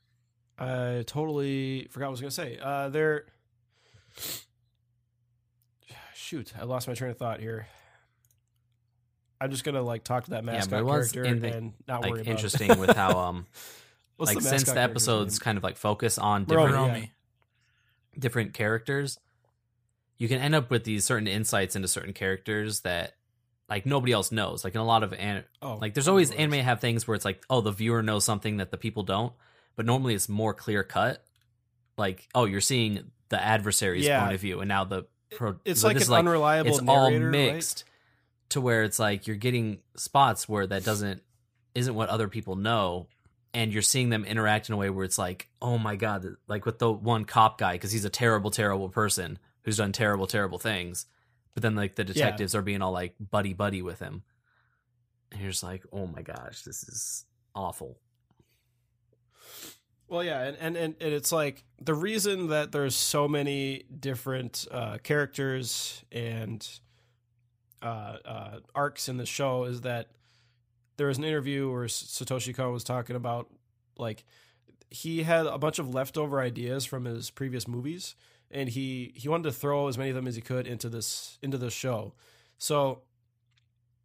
Speaker 3: I totally forgot what I was going to say. Uh there Shoot, I lost my train of thought here. I'm just gonna like talk to that
Speaker 2: but it
Speaker 3: mascot
Speaker 2: was
Speaker 3: character
Speaker 2: in the-
Speaker 3: and not worry
Speaker 2: Like
Speaker 3: about it.
Speaker 2: interesting with how um
Speaker 3: What's
Speaker 2: like
Speaker 3: mascot
Speaker 2: since the
Speaker 3: character's
Speaker 2: episodes
Speaker 3: name?
Speaker 2: kind of like focus on
Speaker 3: Romy,
Speaker 2: different
Speaker 3: yeah.
Speaker 4: Hiromi.
Speaker 2: different characters, you can end up with these certain insights into certain characters that like nobody else knows. Like in a lot of an-
Speaker 3: oh,
Speaker 2: like there's always
Speaker 3: I remember
Speaker 2: anime have things where it's like oh the viewer knows something that the people don't, but normally it's more clear cut. Like oh you're seeing the adversary's
Speaker 3: Yeah.
Speaker 2: point of view, and now the pro-
Speaker 3: this. It's
Speaker 2: but
Speaker 3: like
Speaker 2: this
Speaker 3: an
Speaker 2: is
Speaker 3: unreliable
Speaker 2: it's
Speaker 3: narrator,
Speaker 2: all mixed to where it's like you're getting spots where that doesn't isn't what other people know and you're seeing them interact in a way where it's like oh my god like with the one cop guy because he's a terrible terrible person who's done terrible terrible things but then like the detectives are being all like buddy buddy with him And you're just like, oh my gosh, this is awful.
Speaker 3: Well, yeah, and, and, and and it's like the reason that there's so many different uh, characters and uh, uh, arcs in the show is that there was an interview where S- Satoshi Kon was talking about like he had a bunch of leftover ideas from his previous movies, and he he wanted to throw as many of them as he could into this into this show. So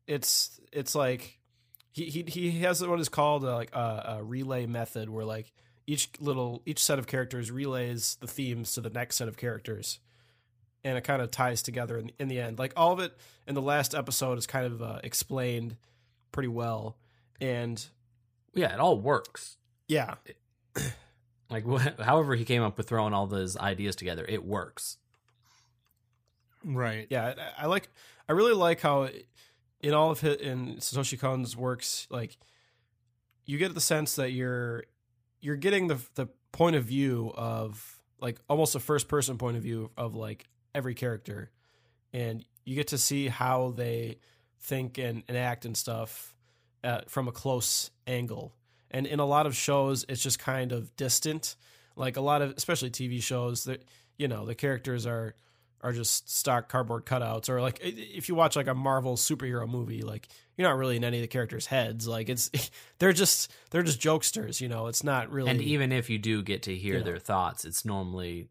Speaker 3: it's it's like he he he has what is called a, like a, a relay method, where like each little each set of characters relays the themes to the next set of characters and it kind of ties together in, in the end like all of it in the last episode is kind of uh, explained pretty well and
Speaker 2: Yeah, it all works.
Speaker 3: yeah
Speaker 2: Like, wh- however he came up with throwing all those ideas together, it works.
Speaker 4: Right.
Speaker 3: yeah i, I like i really like how it- in all of his in satoshi kon's works like you get the sense that you're you're getting the the point of view of like almost a first person point of view of like every character and you get to see how they think and, and act and stuff uh, from a close angle and in a lot of shows it's just kind of distant like a lot of especially tv shows that you know the characters are are just stock cardboard cutouts or like i- if you watch like a marvel superhero movie like you're not really in any of the characters heads like it's they're just they're just jokesters you know it's not really
Speaker 2: And even if you do get to hear
Speaker 3: Yeah.
Speaker 2: their thoughts, it's normally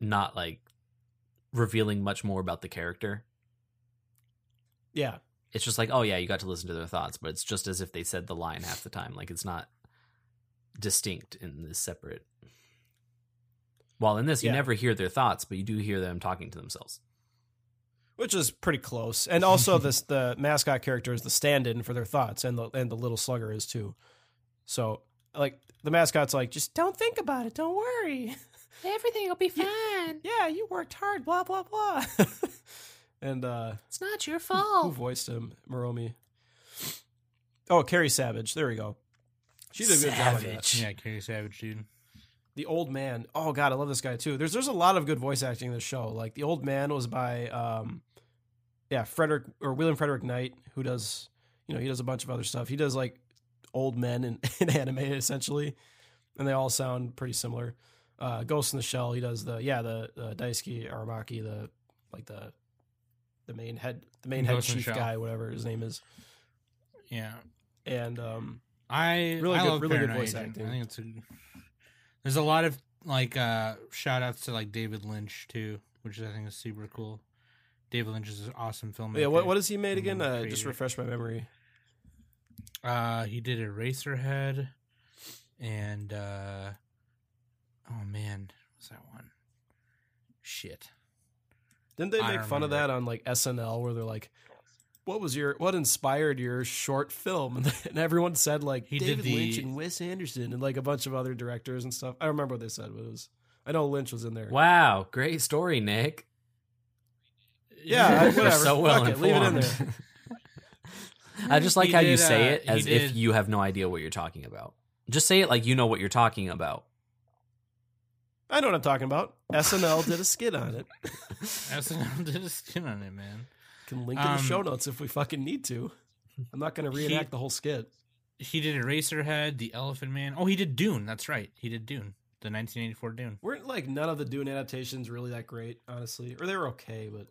Speaker 2: not like revealing much more about the character.
Speaker 3: yeah
Speaker 2: It's just like, oh yeah, you got to listen to their thoughts, but it's just as if they said the line half the time. Like it's not distinct and is separate. While in this, you
Speaker 3: Yeah.
Speaker 2: never hear their thoughts, but you do hear them talking to themselves.
Speaker 3: which is pretty close. And also, this the mascot character is the stand-in for their thoughts, and the and the little slugger is too. So, like the mascot's like, just don't think about it, don't worry,
Speaker 5: Everything will be fine.
Speaker 3: yeah, you worked hard, blah blah blah. and uh,
Speaker 5: It's not your
Speaker 2: Oh.
Speaker 3: who
Speaker 5: fault.
Speaker 3: voiced him, Moromi? Oh, Carrie Savage. There we go. She did a good job. on that.
Speaker 2: Savage.
Speaker 4: Yeah, Carrie Savage, dude.
Speaker 3: The old man. Oh god, I love this guy too. There's there's a lot of good voice acting in this show. Like the old man was by um yeah, Frederick or William Frederick Knight, who does you know, he does a bunch of other stuff. He does like old men in, in anime essentially. And they all sound pretty similar. Uh Ghost in the Shell, he does the yeah, the uh, Daisuke Aramaki, the like the the main head the main head
Speaker 4: Ghost in the
Speaker 3: chief
Speaker 4: Shell.
Speaker 3: guy, whatever his name is.
Speaker 4: Yeah.
Speaker 3: And um
Speaker 4: I
Speaker 3: Really
Speaker 4: I
Speaker 3: good-
Speaker 4: love
Speaker 3: really good
Speaker 4: Paranoid
Speaker 3: voice
Speaker 4: Agent.
Speaker 3: acting.
Speaker 4: I think it's a, there's a lot of like uh shout outs to like David Lynch too, which I think is super cool. David Lynch is an awesome filmmaker.
Speaker 3: yeah, what what is he made again?
Speaker 4: Mm,
Speaker 3: Uh, just
Speaker 4: creator.
Speaker 3: refresh my memory.
Speaker 4: Uh, he did Eraserhead, and uh, oh man, what's that one? Shit.
Speaker 3: Didn't they
Speaker 4: I
Speaker 3: make
Speaker 4: don't
Speaker 3: fun of
Speaker 4: remember.
Speaker 3: that on like SNL where they're like, "What was your what inspired your short film?" And, everyone said like
Speaker 4: He did
Speaker 3: David Lynch
Speaker 4: the-
Speaker 3: and Wes Anderson and like a bunch of other directors and stuff. I don't remember what they said, but it was I know Lynch was in there.
Speaker 2: Wow, great story, Nick.
Speaker 3: Yeah,
Speaker 2: You're
Speaker 3: whatever.
Speaker 2: so well
Speaker 3: Fuck it, leave it in
Speaker 2: informed. I just like
Speaker 4: He
Speaker 2: how you
Speaker 4: did,
Speaker 2: say
Speaker 4: uh,
Speaker 2: it
Speaker 4: he
Speaker 2: as
Speaker 4: did-
Speaker 2: if you have no idea what you're talking about. Just say it like you know what you're talking about.
Speaker 3: I know what I'm talking about. SNL did a skit on it.
Speaker 4: SNL did a skin on it, man.
Speaker 3: Can link in the
Speaker 4: Um,
Speaker 3: show notes if we fucking need to. I'm not going to
Speaker 4: He-
Speaker 3: reenact the whole skit.
Speaker 4: He did Eraserhead, The Elephant Man. Oh, he did Dune. That's right. He did Dune, the 1984 Dune.
Speaker 3: Weren't like none of the Dune adaptations really that great, honestly, or they were okay, but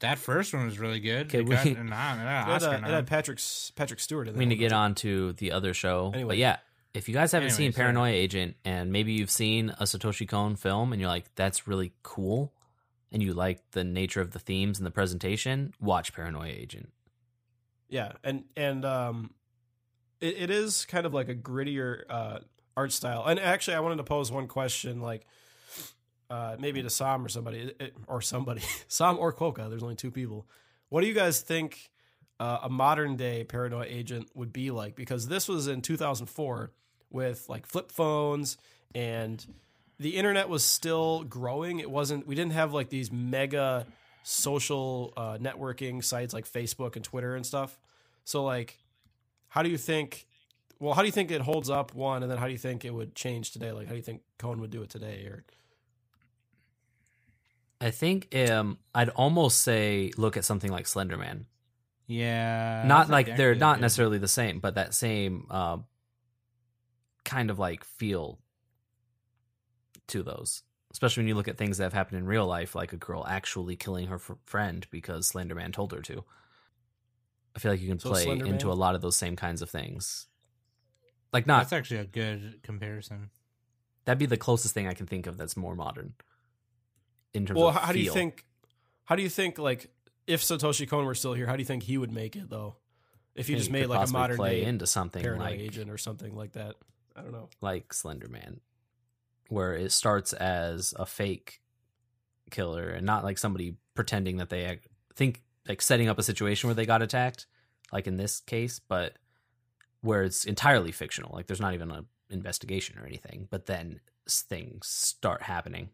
Speaker 4: That first one was really good.
Speaker 2: Okay,
Speaker 4: It got
Speaker 2: we-
Speaker 4: an, hon- an
Speaker 3: it had, uh,
Speaker 4: Oscar
Speaker 3: it
Speaker 4: nom.
Speaker 3: had Patrick S- Patrick Stewart in
Speaker 2: I
Speaker 3: there.
Speaker 2: mean to get on to the other show.
Speaker 3: Anyway.
Speaker 2: But yeah, if you guys haven't
Speaker 4: Anyway,
Speaker 2: seen
Speaker 4: sorry.
Speaker 2: Paranoia Agent and maybe you've seen a Satoshi Kon film and you're like, that's really cool and you like the nature of the themes and the presentation, watch Paranoia Agent.
Speaker 3: Yeah, and and um, it, it is kind of like a grittier uh, art style. And actually, I wanted to pose one question, like uh, maybe to Sam or somebody, it- it- or somebody, Sam or Quoka. There's only two people. What do you guys think uh, a modern day paranoia agent would be like? Because this was in 2004 with like flip phones and the internet was still growing. It wasn't. We didn't have like these mega social uh, networking sites like Facebook and Twitter and stuff. So like, how do you think? Well, how do you think it holds up? One, and then how do you think it would change today? Like, how do you think Cohen would do it today? Or
Speaker 2: I think um I'd almost say look at something like Slenderman.
Speaker 3: Uh,
Speaker 4: Yeah.
Speaker 2: not
Speaker 4: that's
Speaker 2: like they're
Speaker 4: exactly
Speaker 2: not
Speaker 4: it.
Speaker 2: necessarily the same, but that same uh, kind of like feel to those. Especially when you look at things that have happened in real life, like a girl actually killing her fr- friend because Slender Man told her to. I feel like you can
Speaker 3: So
Speaker 2: play
Speaker 3: Slender
Speaker 2: into
Speaker 3: Man?
Speaker 2: a lot of those same kinds of things. Like not
Speaker 4: That's actually a good comparison.
Speaker 2: that'd be the closest thing I can think of that's more modern. In terms
Speaker 3: Well,
Speaker 2: of
Speaker 3: how, how do you
Speaker 2: feel.
Speaker 3: think? How do you think like if Satoshi Kon were still here, how do you think he would make it though? If you
Speaker 2: And
Speaker 3: just
Speaker 2: could
Speaker 3: made like a
Speaker 2: possibly
Speaker 3: modern
Speaker 2: play
Speaker 3: day
Speaker 2: into something
Speaker 3: paranoid
Speaker 2: like
Speaker 3: agent or something like that. I don't know.
Speaker 2: like Slender Man, where it starts as a fake killer and not like somebody pretending that they act, think like setting up a situation where they got attacked, like in this case, but where it's entirely fictional. Like there's not even a investigation or anything, but then s- things start happening.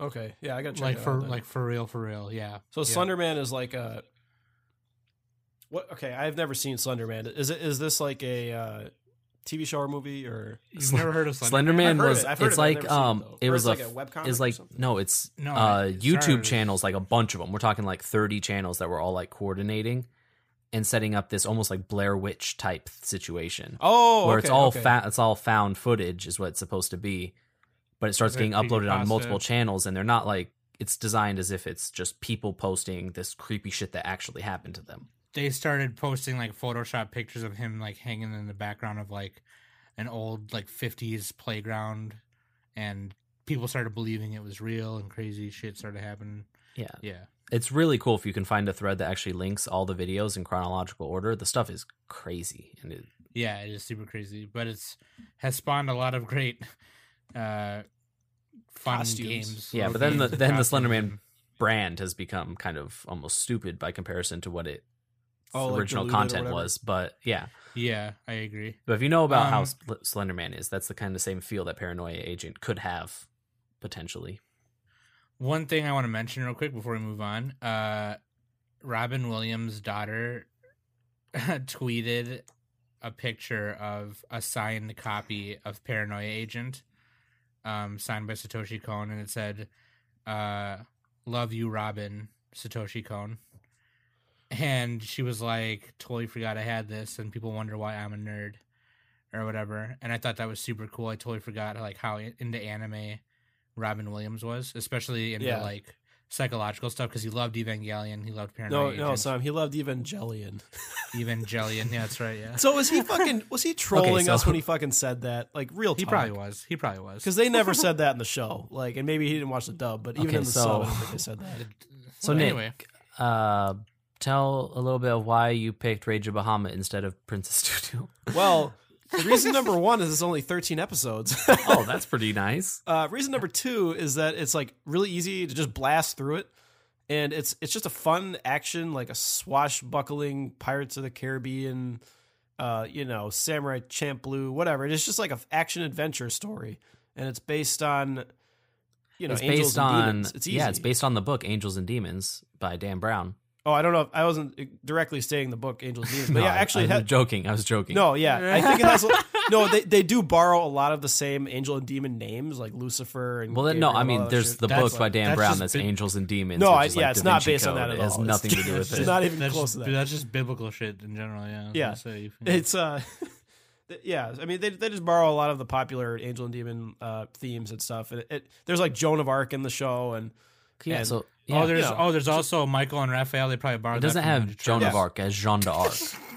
Speaker 3: Okay, yeah, I got to check
Speaker 4: Like
Speaker 3: it out
Speaker 4: for
Speaker 3: then.
Speaker 4: like for real, for real. Yeah.
Speaker 3: So
Speaker 4: yeah.
Speaker 3: Slender Man is like a what? Okay, I've never seen Slender Man. Is it is this like a uh, TV show or movie or?
Speaker 4: You've never heard of Slender?
Speaker 2: Slender Man
Speaker 3: I've heard of
Speaker 2: was
Speaker 3: it. I've heard
Speaker 2: it's
Speaker 3: of it. I've
Speaker 2: like
Speaker 3: never seen it,
Speaker 2: um
Speaker 3: though.
Speaker 2: it
Speaker 3: Or
Speaker 2: was
Speaker 3: it's
Speaker 2: a
Speaker 3: like a
Speaker 2: f-
Speaker 3: webcomic
Speaker 2: it's
Speaker 3: or
Speaker 2: like
Speaker 3: something.
Speaker 2: no it's
Speaker 4: No,
Speaker 3: Oh,
Speaker 2: uh
Speaker 4: I-
Speaker 2: YouTube
Speaker 4: sorry.
Speaker 2: channels like a bunch of them. We're talking like 30 channels that were all like coordinating and setting up this almost like Blair Witch type situation
Speaker 3: Oh,
Speaker 2: where
Speaker 3: okay,
Speaker 2: it's all
Speaker 3: okay.
Speaker 2: fa- it's all found footage is what it's supposed to be, but it starts
Speaker 4: Like
Speaker 2: getting uploaded on multiple
Speaker 4: creepypasta.
Speaker 2: channels and they're not like it's designed as if it's just people posting this creepy shit that actually happened to them.
Speaker 4: They started posting like Photoshop pictures of him like hanging in the background of like an old like 50s playground, and people started believing it was real, and crazy shit started happening.
Speaker 2: Yeah.
Speaker 4: Yeah.
Speaker 2: It's really cool if you can find a thread that actually links all the videos in chronological order. The stuff is crazy and it,
Speaker 4: Yeah, it is super crazy, but it's has spawned a lot of great uh fun
Speaker 3: Costumes.
Speaker 4: games.
Speaker 2: Yeah,
Speaker 4: little
Speaker 2: but then the-
Speaker 4: games and
Speaker 2: then the
Speaker 4: costumes
Speaker 2: Slenderman
Speaker 4: and-
Speaker 2: brand has become kind of almost stupid by comparison to what it
Speaker 3: Oh, like
Speaker 2: original
Speaker 3: diluted or
Speaker 2: content
Speaker 3: whatever.
Speaker 2: was. But yeah,
Speaker 4: Yeah, I agree.
Speaker 2: but if you know about how
Speaker 4: Um,
Speaker 2: Sl- Slender Man is, that's the kind of same feel that Paranoia Agent could have potentially.
Speaker 4: One thing I want to mention real quick before we move on. Uh Robin Williams' daughter tweeted a picture of a signed copy of Paranoia Agent, um, signed by Satoshi Kon, and it said, uh, "Love you, Robin, Satoshi Kon." And she was like, "Totally forgot I had this," and people wonder why I'm a nerd or whatever. And I thought that was super cool. I totally forgot like how in- into anime Robin Williams was, especially into
Speaker 3: Yeah.
Speaker 4: like psychological stuff because he loved Evangelion, he loved Paranoia
Speaker 3: No,
Speaker 4: Agent.
Speaker 3: no, Sam. He loved Evangelion.
Speaker 4: Evangelion. Yeah, that's right. Yeah,
Speaker 3: So was he fucking? Was he trolling
Speaker 2: so-
Speaker 3: us when he fucking said that? Like real?
Speaker 4: he probably was. He probably was.
Speaker 3: because they never said that in the show. Like, and maybe he didn't watch the dub, but even
Speaker 2: Okay,
Speaker 3: in the
Speaker 2: so-
Speaker 3: sub, I don't think they said that.
Speaker 2: So
Speaker 4: Well,
Speaker 2: Nick,
Speaker 4: anyway,
Speaker 2: uh, tell a little bit of why you picked Rage of Bahama instead of Princess Tutu.
Speaker 3: Well, reason number one is it's only thirteen episodes.
Speaker 2: oh, that's pretty nice.
Speaker 3: Uh, reason number two is that it's like really easy to just blast through it, and it's it's just a fun action like a swashbuckling Pirates of the Caribbean, uh, you know, Samurai Champloo, whatever. It's just like an action adventure story, and it's based on, you know,
Speaker 2: it's
Speaker 3: angels
Speaker 2: based
Speaker 3: and
Speaker 2: on
Speaker 3: demons. It's easy.
Speaker 2: yeah, it's based on the book Angels and Demons by Dan Brown.
Speaker 3: Oh, I don't know. if I wasn't directly stating the book Angels and Demons, but
Speaker 2: No,
Speaker 3: yeah,
Speaker 2: I-
Speaker 3: actually, it
Speaker 2: I'm
Speaker 3: had-
Speaker 2: joking. I was joking.
Speaker 3: No, yeah, I think it has. no, they they do borrow a lot of the same angel and demon names, like Lucifer and.
Speaker 2: Well, then, no,
Speaker 3: Gabriel
Speaker 2: I
Speaker 3: and all
Speaker 2: mean,
Speaker 3: that
Speaker 2: there's
Speaker 3: shit.
Speaker 2: the
Speaker 4: That's
Speaker 2: books by
Speaker 4: like-
Speaker 2: Dan
Speaker 4: that's
Speaker 2: Brown
Speaker 4: just
Speaker 2: that's
Speaker 4: bi-
Speaker 2: Angels and Demons.
Speaker 3: No,
Speaker 2: which
Speaker 3: I-
Speaker 2: is
Speaker 3: yeah,
Speaker 2: like
Speaker 3: it's
Speaker 2: Da
Speaker 3: not
Speaker 2: Vinci
Speaker 3: based on
Speaker 2: Code.
Speaker 3: that at
Speaker 2: It has
Speaker 3: all. It's-
Speaker 2: nothing to do
Speaker 3: it's
Speaker 2: with it.
Speaker 3: not even
Speaker 4: that's
Speaker 3: close
Speaker 4: just,
Speaker 3: to that.
Speaker 4: That's just biblical shit in general. Yeah. I was
Speaker 3: Yeah.
Speaker 4: gonna say,
Speaker 2: Mm-hmm.
Speaker 3: It's uh, th- yeah. I mean, they they just borrow a lot of the popular angel and demon uh themes and stuff. And it, it there's like Joan of Arc in the show, and
Speaker 2: Yeah,
Speaker 3: And-
Speaker 2: so
Speaker 4: oh,
Speaker 2: yeah,
Speaker 4: there's
Speaker 3: know,
Speaker 4: oh, there's also Michael and Raphael. They probably borrowed.
Speaker 2: it
Speaker 4: that
Speaker 2: doesn't
Speaker 4: from
Speaker 2: have
Speaker 4: Detroit.
Speaker 2: Joan of
Speaker 3: Yeah.
Speaker 2: Arc as Jean d'Arc.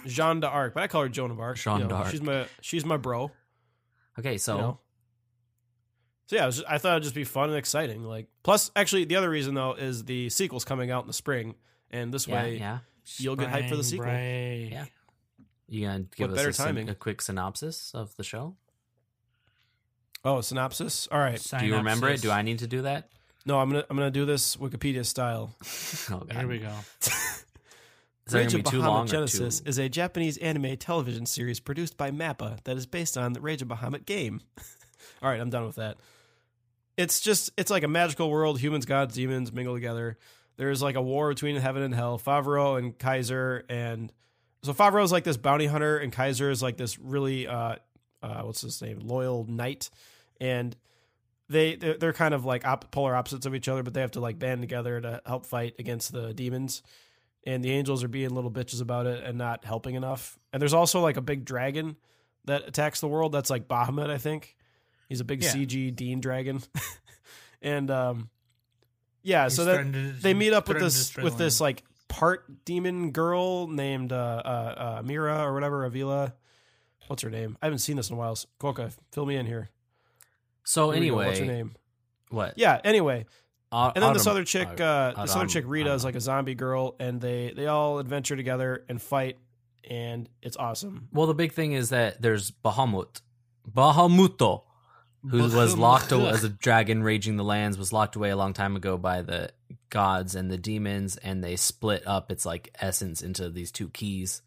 Speaker 3: Jean d'Arc, but I call her Joan of Arc.
Speaker 2: Jean
Speaker 3: you know,
Speaker 2: d'Arc.
Speaker 3: She's my she's my bro.
Speaker 2: Okay, so
Speaker 3: you know? So yeah, it was just- I thought it'd just be fun and exciting. Like, plus, actually, the other reason though is the sequel's coming out in the spring, and this
Speaker 2: yeah,
Speaker 3: way,
Speaker 2: yeah,
Speaker 3: You'll get hyped for the
Speaker 4: Spring
Speaker 3: sequel.
Speaker 4: break.
Speaker 2: Yeah. you gonna give us
Speaker 3: better
Speaker 2: a, syn-
Speaker 3: timing?
Speaker 2: a quick synopsis of the show?
Speaker 3: oh, synopsis. All right,
Speaker 2: Do you remember it? Do I
Speaker 4: Synopsis.
Speaker 2: need to do that?
Speaker 3: No, I'm gonna I'm gonna do this Wikipedia style.
Speaker 2: Oh God,
Speaker 4: Here we go.
Speaker 2: Is that gonna be too long or too?
Speaker 3: Genesis is a Japanese anime television series produced by MAPPA that is based on the Rage of Bahamut game. All right, I'm done with that. It's just it's like a magical world. Humans, gods, demons mingle together. There's like a war between heaven and hell. Favreau and Kaiser and so Favreau's like this bounty hunter and Kaiser is like this really uh uh what's his name loyal knight and they they're, they're kind of like op- polar opposites of each other but they have to like band together to help fight against the demons and the angels are being little bitches about it and not helping enough. And there's also like a big dragon that attacks the world. That's like Bahamut, I think. He's a big
Speaker 4: Yeah.
Speaker 3: CG Dean dragon, and um, yeah.
Speaker 4: He's
Speaker 3: so that
Speaker 4: threatened to-
Speaker 3: they meet up with
Speaker 4: threatened to
Speaker 3: this
Speaker 4: destroy
Speaker 3: with
Speaker 4: the
Speaker 3: this
Speaker 4: land.
Speaker 3: like part demon girl named uh, uh, uh, Mira or whatever Avila. What's her name? I haven't seen this in a while. Coca, fill me in here.
Speaker 2: So
Speaker 3: Here we go. what's her
Speaker 2: Oh, anyway,
Speaker 3: name?
Speaker 2: what?
Speaker 3: Yeah. Anyway,
Speaker 2: Au-
Speaker 3: and then this
Speaker 2: autom-
Speaker 3: other chick,
Speaker 2: uh,
Speaker 3: uh, this other
Speaker 2: Autumn-
Speaker 3: chick Rita is
Speaker 2: Autumn.
Speaker 3: like a zombie girl, and they they all adventure together and fight, and it's awesome.
Speaker 2: well, the big thing is that there's Bahamut, Bahamuto, who was
Speaker 4: Bahamut.
Speaker 2: locked away as a dragon raging the lands, was locked away a long time ago by the gods and the demons, and they split up its like essence into these two keys.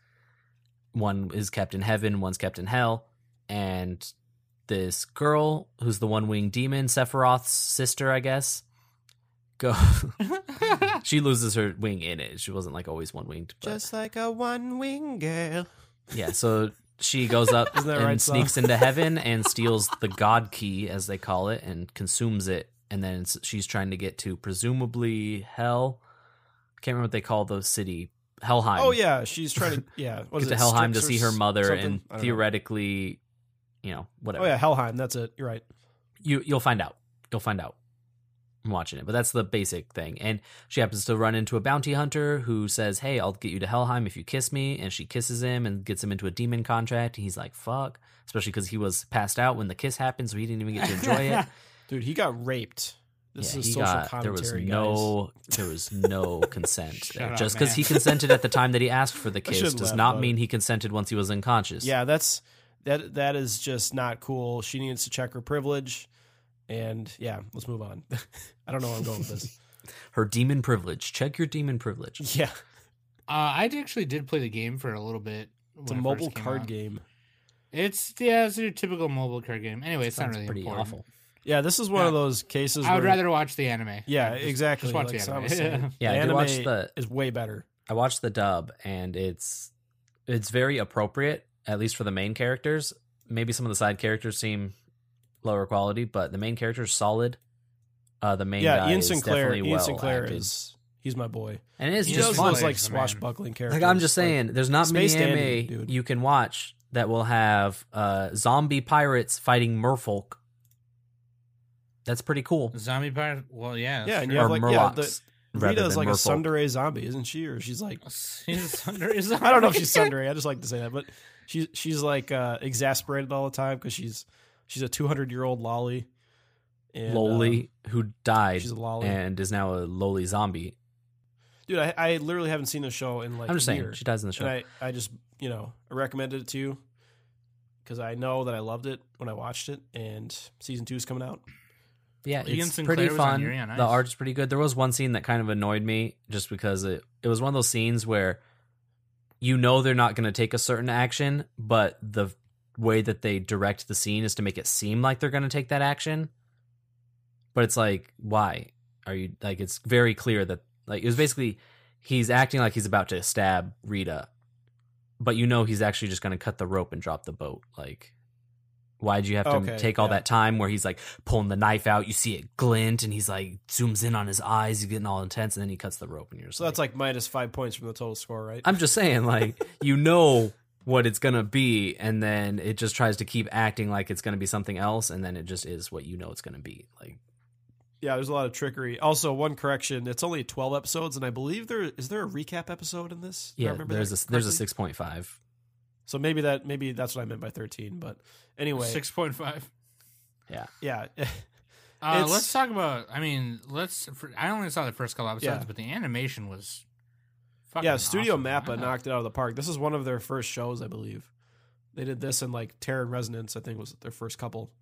Speaker 2: One is kept in heaven, one's kept in hell, and this girl, who's the one winged demon, Sephiroth's sister, I guess, go. she loses her wing in it. She wasn't like always one winged.
Speaker 3: like a one wing girl.
Speaker 2: Yeah, so she goes up
Speaker 3: Isn't that
Speaker 2: and
Speaker 3: right, Saul?
Speaker 2: sneaks into heaven and steals the god key, as they call it, and consumes it. And then it's, she's trying to get to presumably hell. I can't remember what they call the city. Hellheim.
Speaker 3: Oh yeah, she's trying to yeah. What
Speaker 2: Get
Speaker 3: is
Speaker 2: to
Speaker 3: it,
Speaker 2: Hellheim to
Speaker 3: Strix
Speaker 2: see
Speaker 3: or
Speaker 2: her mother
Speaker 3: something? I
Speaker 2: and
Speaker 3: don't know.
Speaker 2: theoretically, you know, whatever.
Speaker 3: Oh yeah, Hellheim. That's it. You're right.
Speaker 2: You, you'll find out. You'll find out. I'm watching it, but that's the basic thing. And she happens to run into a bounty hunter who says, Hey, I'll get you to Helheim if you kiss me. And she kisses him and gets him into a demon contract. And he's like, Fuck. Especially because he was passed out when the kiss happened, so he didn't even get to enjoy
Speaker 4: Uh,
Speaker 2: it.
Speaker 3: Dude, he got raped. This
Speaker 2: Yeah,
Speaker 3: is
Speaker 2: he
Speaker 3: social
Speaker 2: got- there was
Speaker 3: commentary, guys.
Speaker 2: no there was no consent.
Speaker 4: Shut
Speaker 2: there.
Speaker 4: up,
Speaker 2: Just because
Speaker 4: man.
Speaker 2: he consented at the time that he asked for the kiss
Speaker 3: shouldn't
Speaker 2: does
Speaker 3: laugh
Speaker 2: not
Speaker 3: about
Speaker 2: mean he consented once he was unconscious.
Speaker 3: Yeah, that's that. That is just not cool. She needs to check her privilege, and yeah, let's move on. I don't know where I'm going with this.
Speaker 2: Her demon privilege. Check your demon privilege.
Speaker 3: Yeah,
Speaker 4: Uh, I actually did play the game for a little bit.
Speaker 3: it's a
Speaker 4: when it
Speaker 3: mobile
Speaker 4: first came
Speaker 3: card
Speaker 4: out.
Speaker 3: game.
Speaker 4: It's yeah, it's your typical mobile card game. Anyway, it's not
Speaker 2: Sounds
Speaker 4: really
Speaker 2: pretty
Speaker 4: important.
Speaker 2: awful.
Speaker 3: Yeah, this is one of
Speaker 4: Yeah.
Speaker 3: those cases.
Speaker 4: I would
Speaker 3: where-
Speaker 4: rather watch the anime.
Speaker 3: Yeah,
Speaker 4: just-
Speaker 3: exactly.
Speaker 4: Just watch
Speaker 3: like
Speaker 4: the
Speaker 3: Sam
Speaker 4: anime.
Speaker 3: was saying.
Speaker 2: Yeah,
Speaker 3: The
Speaker 2: I did
Speaker 3: anime
Speaker 2: watch the
Speaker 3: is way better.
Speaker 2: I watched the dub and it's it's very appropriate, at least for the main characters. Maybe some of the side characters seem lower quality, but the main character's solid. Uh, the main
Speaker 3: Yeah,
Speaker 2: guy
Speaker 3: Ian
Speaker 2: is
Speaker 3: Sinclair.
Speaker 2: definitely
Speaker 3: Ian
Speaker 2: well
Speaker 3: Sinclair
Speaker 2: acted.
Speaker 3: is he's my boy.
Speaker 2: and it's
Speaker 3: he
Speaker 4: Ian
Speaker 2: just
Speaker 3: does
Speaker 2: fun.
Speaker 3: those
Speaker 4: Sinclair
Speaker 3: like
Speaker 4: is the man.
Speaker 3: swashbuckling characters.
Speaker 2: Like I'm just saying, there's not many
Speaker 3: Space
Speaker 2: anime
Speaker 3: Dandy, dude.
Speaker 2: you can watch that will have uh, zombie pirates fighting merfolk. That's pretty cool.
Speaker 4: Zombie pirate. Well, yeah.
Speaker 3: yeah,
Speaker 4: that's
Speaker 3: and
Speaker 4: true.
Speaker 3: you have
Speaker 2: or
Speaker 3: like yeah,
Speaker 2: Murlocs.
Speaker 3: the,
Speaker 2: rather
Speaker 3: Rita's
Speaker 2: than
Speaker 3: like a
Speaker 2: merfolk.
Speaker 3: Sundere zombie, isn't she? Or she's like
Speaker 4: He's under- he's
Speaker 3: I don't know if
Speaker 4: under-
Speaker 3: she's Sundere. I just like to say that, but she's she's like uh, exasperated all the time because she's she's a 200 year old lolly. And, uh,
Speaker 2: Loli, who died
Speaker 3: she's a lolly.
Speaker 2: and is now a loli zombie.
Speaker 3: Dude, I, I literally haven't seen the show in like
Speaker 2: I'm just
Speaker 3: a
Speaker 2: saying,
Speaker 3: year.
Speaker 2: she dies in the show.
Speaker 3: and I I just you know I recommended it to you because I know that I loved it when I watched it, and season two is coming out.
Speaker 2: Yeah,
Speaker 4: Ian
Speaker 2: it's
Speaker 4: Sinclair
Speaker 2: pretty
Speaker 4: was on
Speaker 2: fun.
Speaker 4: Yuri on Ice.
Speaker 2: The art is pretty good. There was one scene that kind of annoyed me just because it it was one of those scenes where you know they're not going to take a certain action, but the way that they direct the scene is to make it seem like they're going to take that action. But it's like, why are you like? It's very clear that like it was basically he's acting like he's about to stab Rita, but you know he's actually just going to cut the rope and drop the boat. Like, why'd you have to
Speaker 3: Okay,
Speaker 2: take all
Speaker 3: yeah.
Speaker 2: that time where he's like pulling the knife out? You see it glint, and he's like zooms in on his eyes. He's getting all intense, and then he cuts the rope, and you're just
Speaker 3: So that's like minus five points from the total score, right?
Speaker 2: I'm just saying, like, you know what it's gonna be, and then it just tries to keep acting like it's gonna be something else, and then it just is what you know it's gonna be. Like,
Speaker 3: yeah, there's a lot of trickery. Also, one correction: it's only 12 episodes, and I believe there is there a recap episode in this. Do I
Speaker 2: yeah,
Speaker 3: remember
Speaker 2: there's
Speaker 3: that
Speaker 2: a there's a
Speaker 3: correctly?
Speaker 2: six point five.
Speaker 3: So maybe that maybe that's what I meant by 13. But anyway,
Speaker 4: Six point five.
Speaker 3: yeah,
Speaker 4: Uh,
Speaker 3: It's-
Speaker 4: let's talk about. I mean, let's. For, I only saw the first couple episodes,
Speaker 3: Yeah.
Speaker 4: but the animation was. Fucking
Speaker 3: yeah. Studio
Speaker 4: awesome.
Speaker 3: Mappa
Speaker 4: Wow.
Speaker 3: knocked it out of the park. This is one of their first shows, I believe. They did this in like Terror and Resonance. I think was their first couple.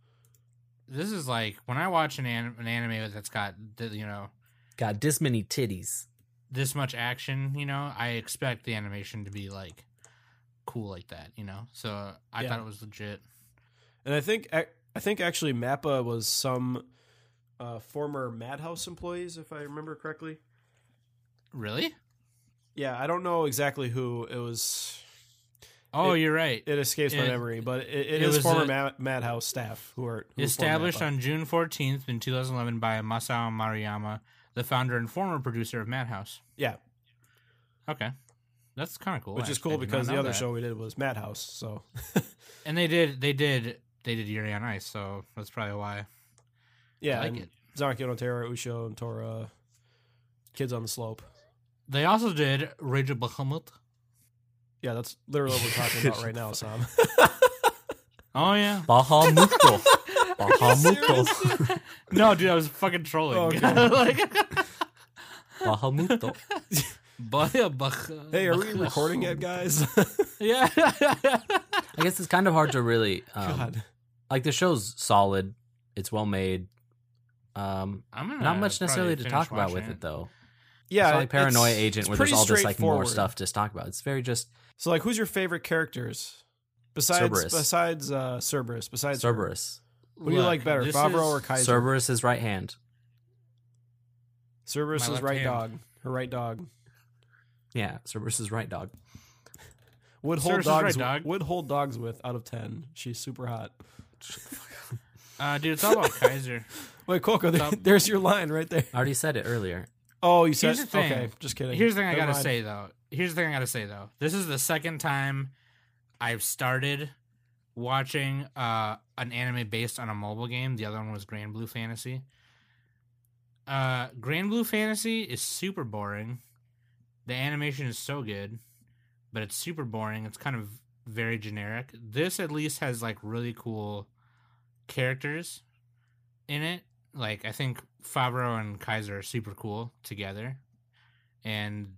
Speaker 4: This is like when I watch an, anim- an anime that's got th- you know
Speaker 2: Got this many titties.
Speaker 4: this much action. You know, I expect the animation to be like cool like that. You know, so I
Speaker 3: Yeah.
Speaker 4: thought it was legit.
Speaker 3: And I think I I think actually Mappa was some uh, former Madhouse employees, if I remember correctly.
Speaker 4: Really?
Speaker 3: Yeah, I don't know exactly who it was.
Speaker 4: Oh,
Speaker 3: It-
Speaker 4: you're right.
Speaker 3: It escapes my
Speaker 4: It-
Speaker 3: memory, but it, it
Speaker 4: it
Speaker 3: is
Speaker 4: was
Speaker 3: former
Speaker 4: a-
Speaker 3: Ma- Madhouse staff who are who
Speaker 4: Established
Speaker 3: formed
Speaker 4: on June 14th in 2011 by Masao Mariyama, the founder and former producer of Madhouse.
Speaker 3: Mappa. yeah.
Speaker 4: Okay, that's kind of cool.
Speaker 3: which is
Speaker 4: actually. I
Speaker 3: cool
Speaker 4: did not
Speaker 3: because the
Speaker 4: know
Speaker 3: other
Speaker 4: that.
Speaker 3: show we did was Madhouse. So
Speaker 4: and they did they did they did Yuri on Ice, so that's probably why.
Speaker 3: yeah,
Speaker 4: I like
Speaker 3: and
Speaker 4: it.
Speaker 3: Zanaki no Terra, Usho, and Tora, Kids on the Slope.
Speaker 4: They also did Rage of Bahamut.
Speaker 3: Yeah, that's literally what we're talking about right now, Sam.
Speaker 4: Oh yeah,
Speaker 2: Bahamuto. Bahamuto.
Speaker 4: Bahamut. no, dude, I was fucking trolling.
Speaker 3: Oh, Okay.
Speaker 4: like,
Speaker 2: Bahamuto.
Speaker 4: Bah- bah-
Speaker 3: hey, are we
Speaker 4: bah-
Speaker 3: recording yet, guys?
Speaker 2: Um,
Speaker 4: Yeah.
Speaker 2: I guess it's kind of hard to really um,
Speaker 3: God,
Speaker 2: like the show's solid. It's well made. Um,
Speaker 4: I'm gonna
Speaker 2: not much necessarily
Speaker 4: probably
Speaker 2: to talk
Speaker 4: finish
Speaker 2: about with
Speaker 4: watching
Speaker 2: it though.
Speaker 3: yeah,
Speaker 2: it's not like Paranoia
Speaker 3: it's-
Speaker 2: Agent,
Speaker 3: it's
Speaker 2: where there's
Speaker 3: pretty
Speaker 2: all this like more
Speaker 3: straightforward.
Speaker 2: stuff to talk about. It's very just
Speaker 3: So, like, who's your favorite characters besides
Speaker 2: Cerberus.
Speaker 3: besides uh, Cerberus? Besides her?
Speaker 2: Cerberus.
Speaker 3: What do you
Speaker 4: Look,
Speaker 3: like better,
Speaker 4: this
Speaker 3: Favreau
Speaker 4: is-
Speaker 3: or Kaiser?
Speaker 2: Cerberus is right hand.
Speaker 3: Cerberus
Speaker 4: My
Speaker 3: is
Speaker 4: left
Speaker 3: right
Speaker 4: hand.
Speaker 3: dog. Her right dog
Speaker 2: Yeah, Cerberus is right dog.
Speaker 3: would hold
Speaker 4: Cerberus is right
Speaker 3: dogs.
Speaker 4: dog.
Speaker 3: Would hold dogs with out of ten. She's super hot.
Speaker 4: Uh, dude, it's all about Kaiser.
Speaker 3: Wait, Coco, there,
Speaker 4: Stop.
Speaker 3: there's your line right there.
Speaker 2: I already said it earlier.
Speaker 3: Oh, you said
Speaker 4: Here's the thing.
Speaker 3: okay. Just kidding.
Speaker 4: Here's the thing I
Speaker 3: Never
Speaker 4: gotta
Speaker 3: mind.
Speaker 4: say though. Here's the thing I gotta say though. This is the second time I've started watching uh, an anime based on a mobile game. The other one was Grand Blue Fantasy. Uh, Grand Blue Fantasy is super boring. The animation is so good, but it's super boring. It's kind of very generic. This at least has like really cool characters in it. Like I think Favreau and Kaiser are super cool together. And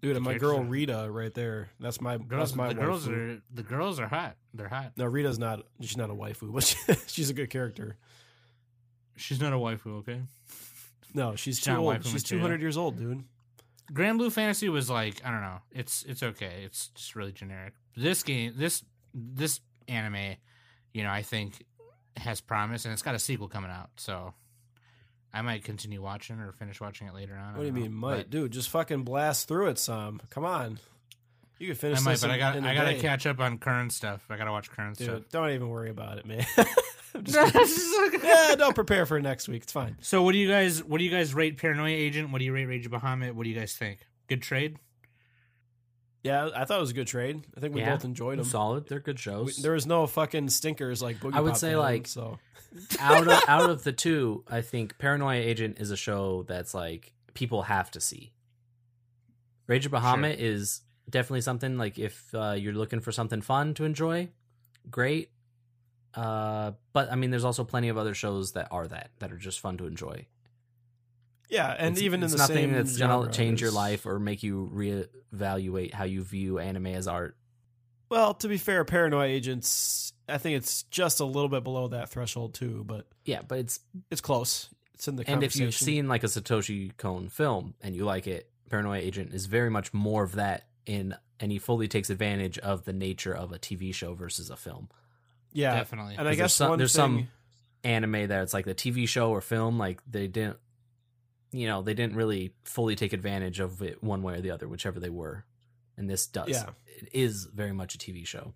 Speaker 3: dude, and my
Speaker 4: characters
Speaker 3: girl
Speaker 4: are-
Speaker 3: Rita right there. That's my
Speaker 4: girls,
Speaker 3: That's my
Speaker 4: the girls
Speaker 3: waifu.
Speaker 4: are the girls are hot. They're hot.
Speaker 3: No, Rita's not. She's not a waifu, but she, she's a good character.
Speaker 4: She's not a waifu, okay?
Speaker 3: No, she's
Speaker 4: She's
Speaker 3: too
Speaker 4: not
Speaker 3: old.
Speaker 4: waifu
Speaker 3: She's two
Speaker 4: material.
Speaker 3: hundred years old, dude.
Speaker 4: Grand Blue Fantasy was like I don't know. It's it's okay. It's just really generic. This game, this this anime, you know, I think has promise, and it's got a sequel coming out. So I might continue watching or finish watching it later on. I
Speaker 3: What do you
Speaker 4: don't
Speaker 3: mean,
Speaker 4: know,
Speaker 3: might,
Speaker 4: Uh, but
Speaker 3: dude? Just fucking blast through it, Sam. Come on, you can finish
Speaker 4: I might,
Speaker 3: this.
Speaker 4: but I
Speaker 3: in-
Speaker 4: got
Speaker 3: in a
Speaker 4: I gotta
Speaker 3: day.
Speaker 4: catch up on current stuff. I gotta watch current
Speaker 3: Dude,
Speaker 4: stuff.
Speaker 3: don't even worry about it, man. I'm just kidding. yeah, don't prepare for next week. It's fine.
Speaker 4: So what do you guys what do you guys rate Paranoia Agent? What do you rate Rage of Bahamut? What do you guys think? Good trade?
Speaker 3: Yeah, I thought it was a good trade. I think we
Speaker 2: Yeah.
Speaker 3: both enjoyed them.
Speaker 2: Solid. They're good shows.
Speaker 3: there was no fucking stinkers like Boogie
Speaker 2: I would
Speaker 3: Pop
Speaker 2: say,
Speaker 3: in 'em,
Speaker 2: like,
Speaker 3: so.
Speaker 2: out of out of the two, I think Paranoia Agent is a show that's like people have to see. Rage of Bahamut is definitely something like if uh, you're looking for something fun to enjoy, great. Uh, but I mean, there's also plenty of other shows that are that that are just fun to enjoy.
Speaker 3: Yeah, and
Speaker 2: It's-
Speaker 3: even
Speaker 2: it's
Speaker 3: in the
Speaker 2: nothing
Speaker 3: same
Speaker 2: that's gonna
Speaker 3: genre,
Speaker 2: change your
Speaker 3: there's-
Speaker 2: life or make you reevaluate how you view anime as art.
Speaker 3: Well, to be fair, Paranoia Agents, I think it's just a little bit below that threshold too, but
Speaker 2: Yeah, but it's
Speaker 3: it's close. It's in the
Speaker 2: and if you've
Speaker 3: conversation.
Speaker 2: seen like a Satoshi Kon film and you like it, Paranoia Agent is very much more of that in and he fully takes advantage of the nature of a TV show versus a film.
Speaker 3: yeah,
Speaker 4: Definitely.
Speaker 3: and I
Speaker 2: 'Cause there's
Speaker 3: guess
Speaker 2: some-
Speaker 3: one
Speaker 2: there's
Speaker 3: thing,
Speaker 2: some- Anime that it's like the TV show or film, like they didn't you know, they didn't really fully take advantage of it one way or the other, whichever they were. And this does.
Speaker 3: Yeah.
Speaker 2: It is very much a TV show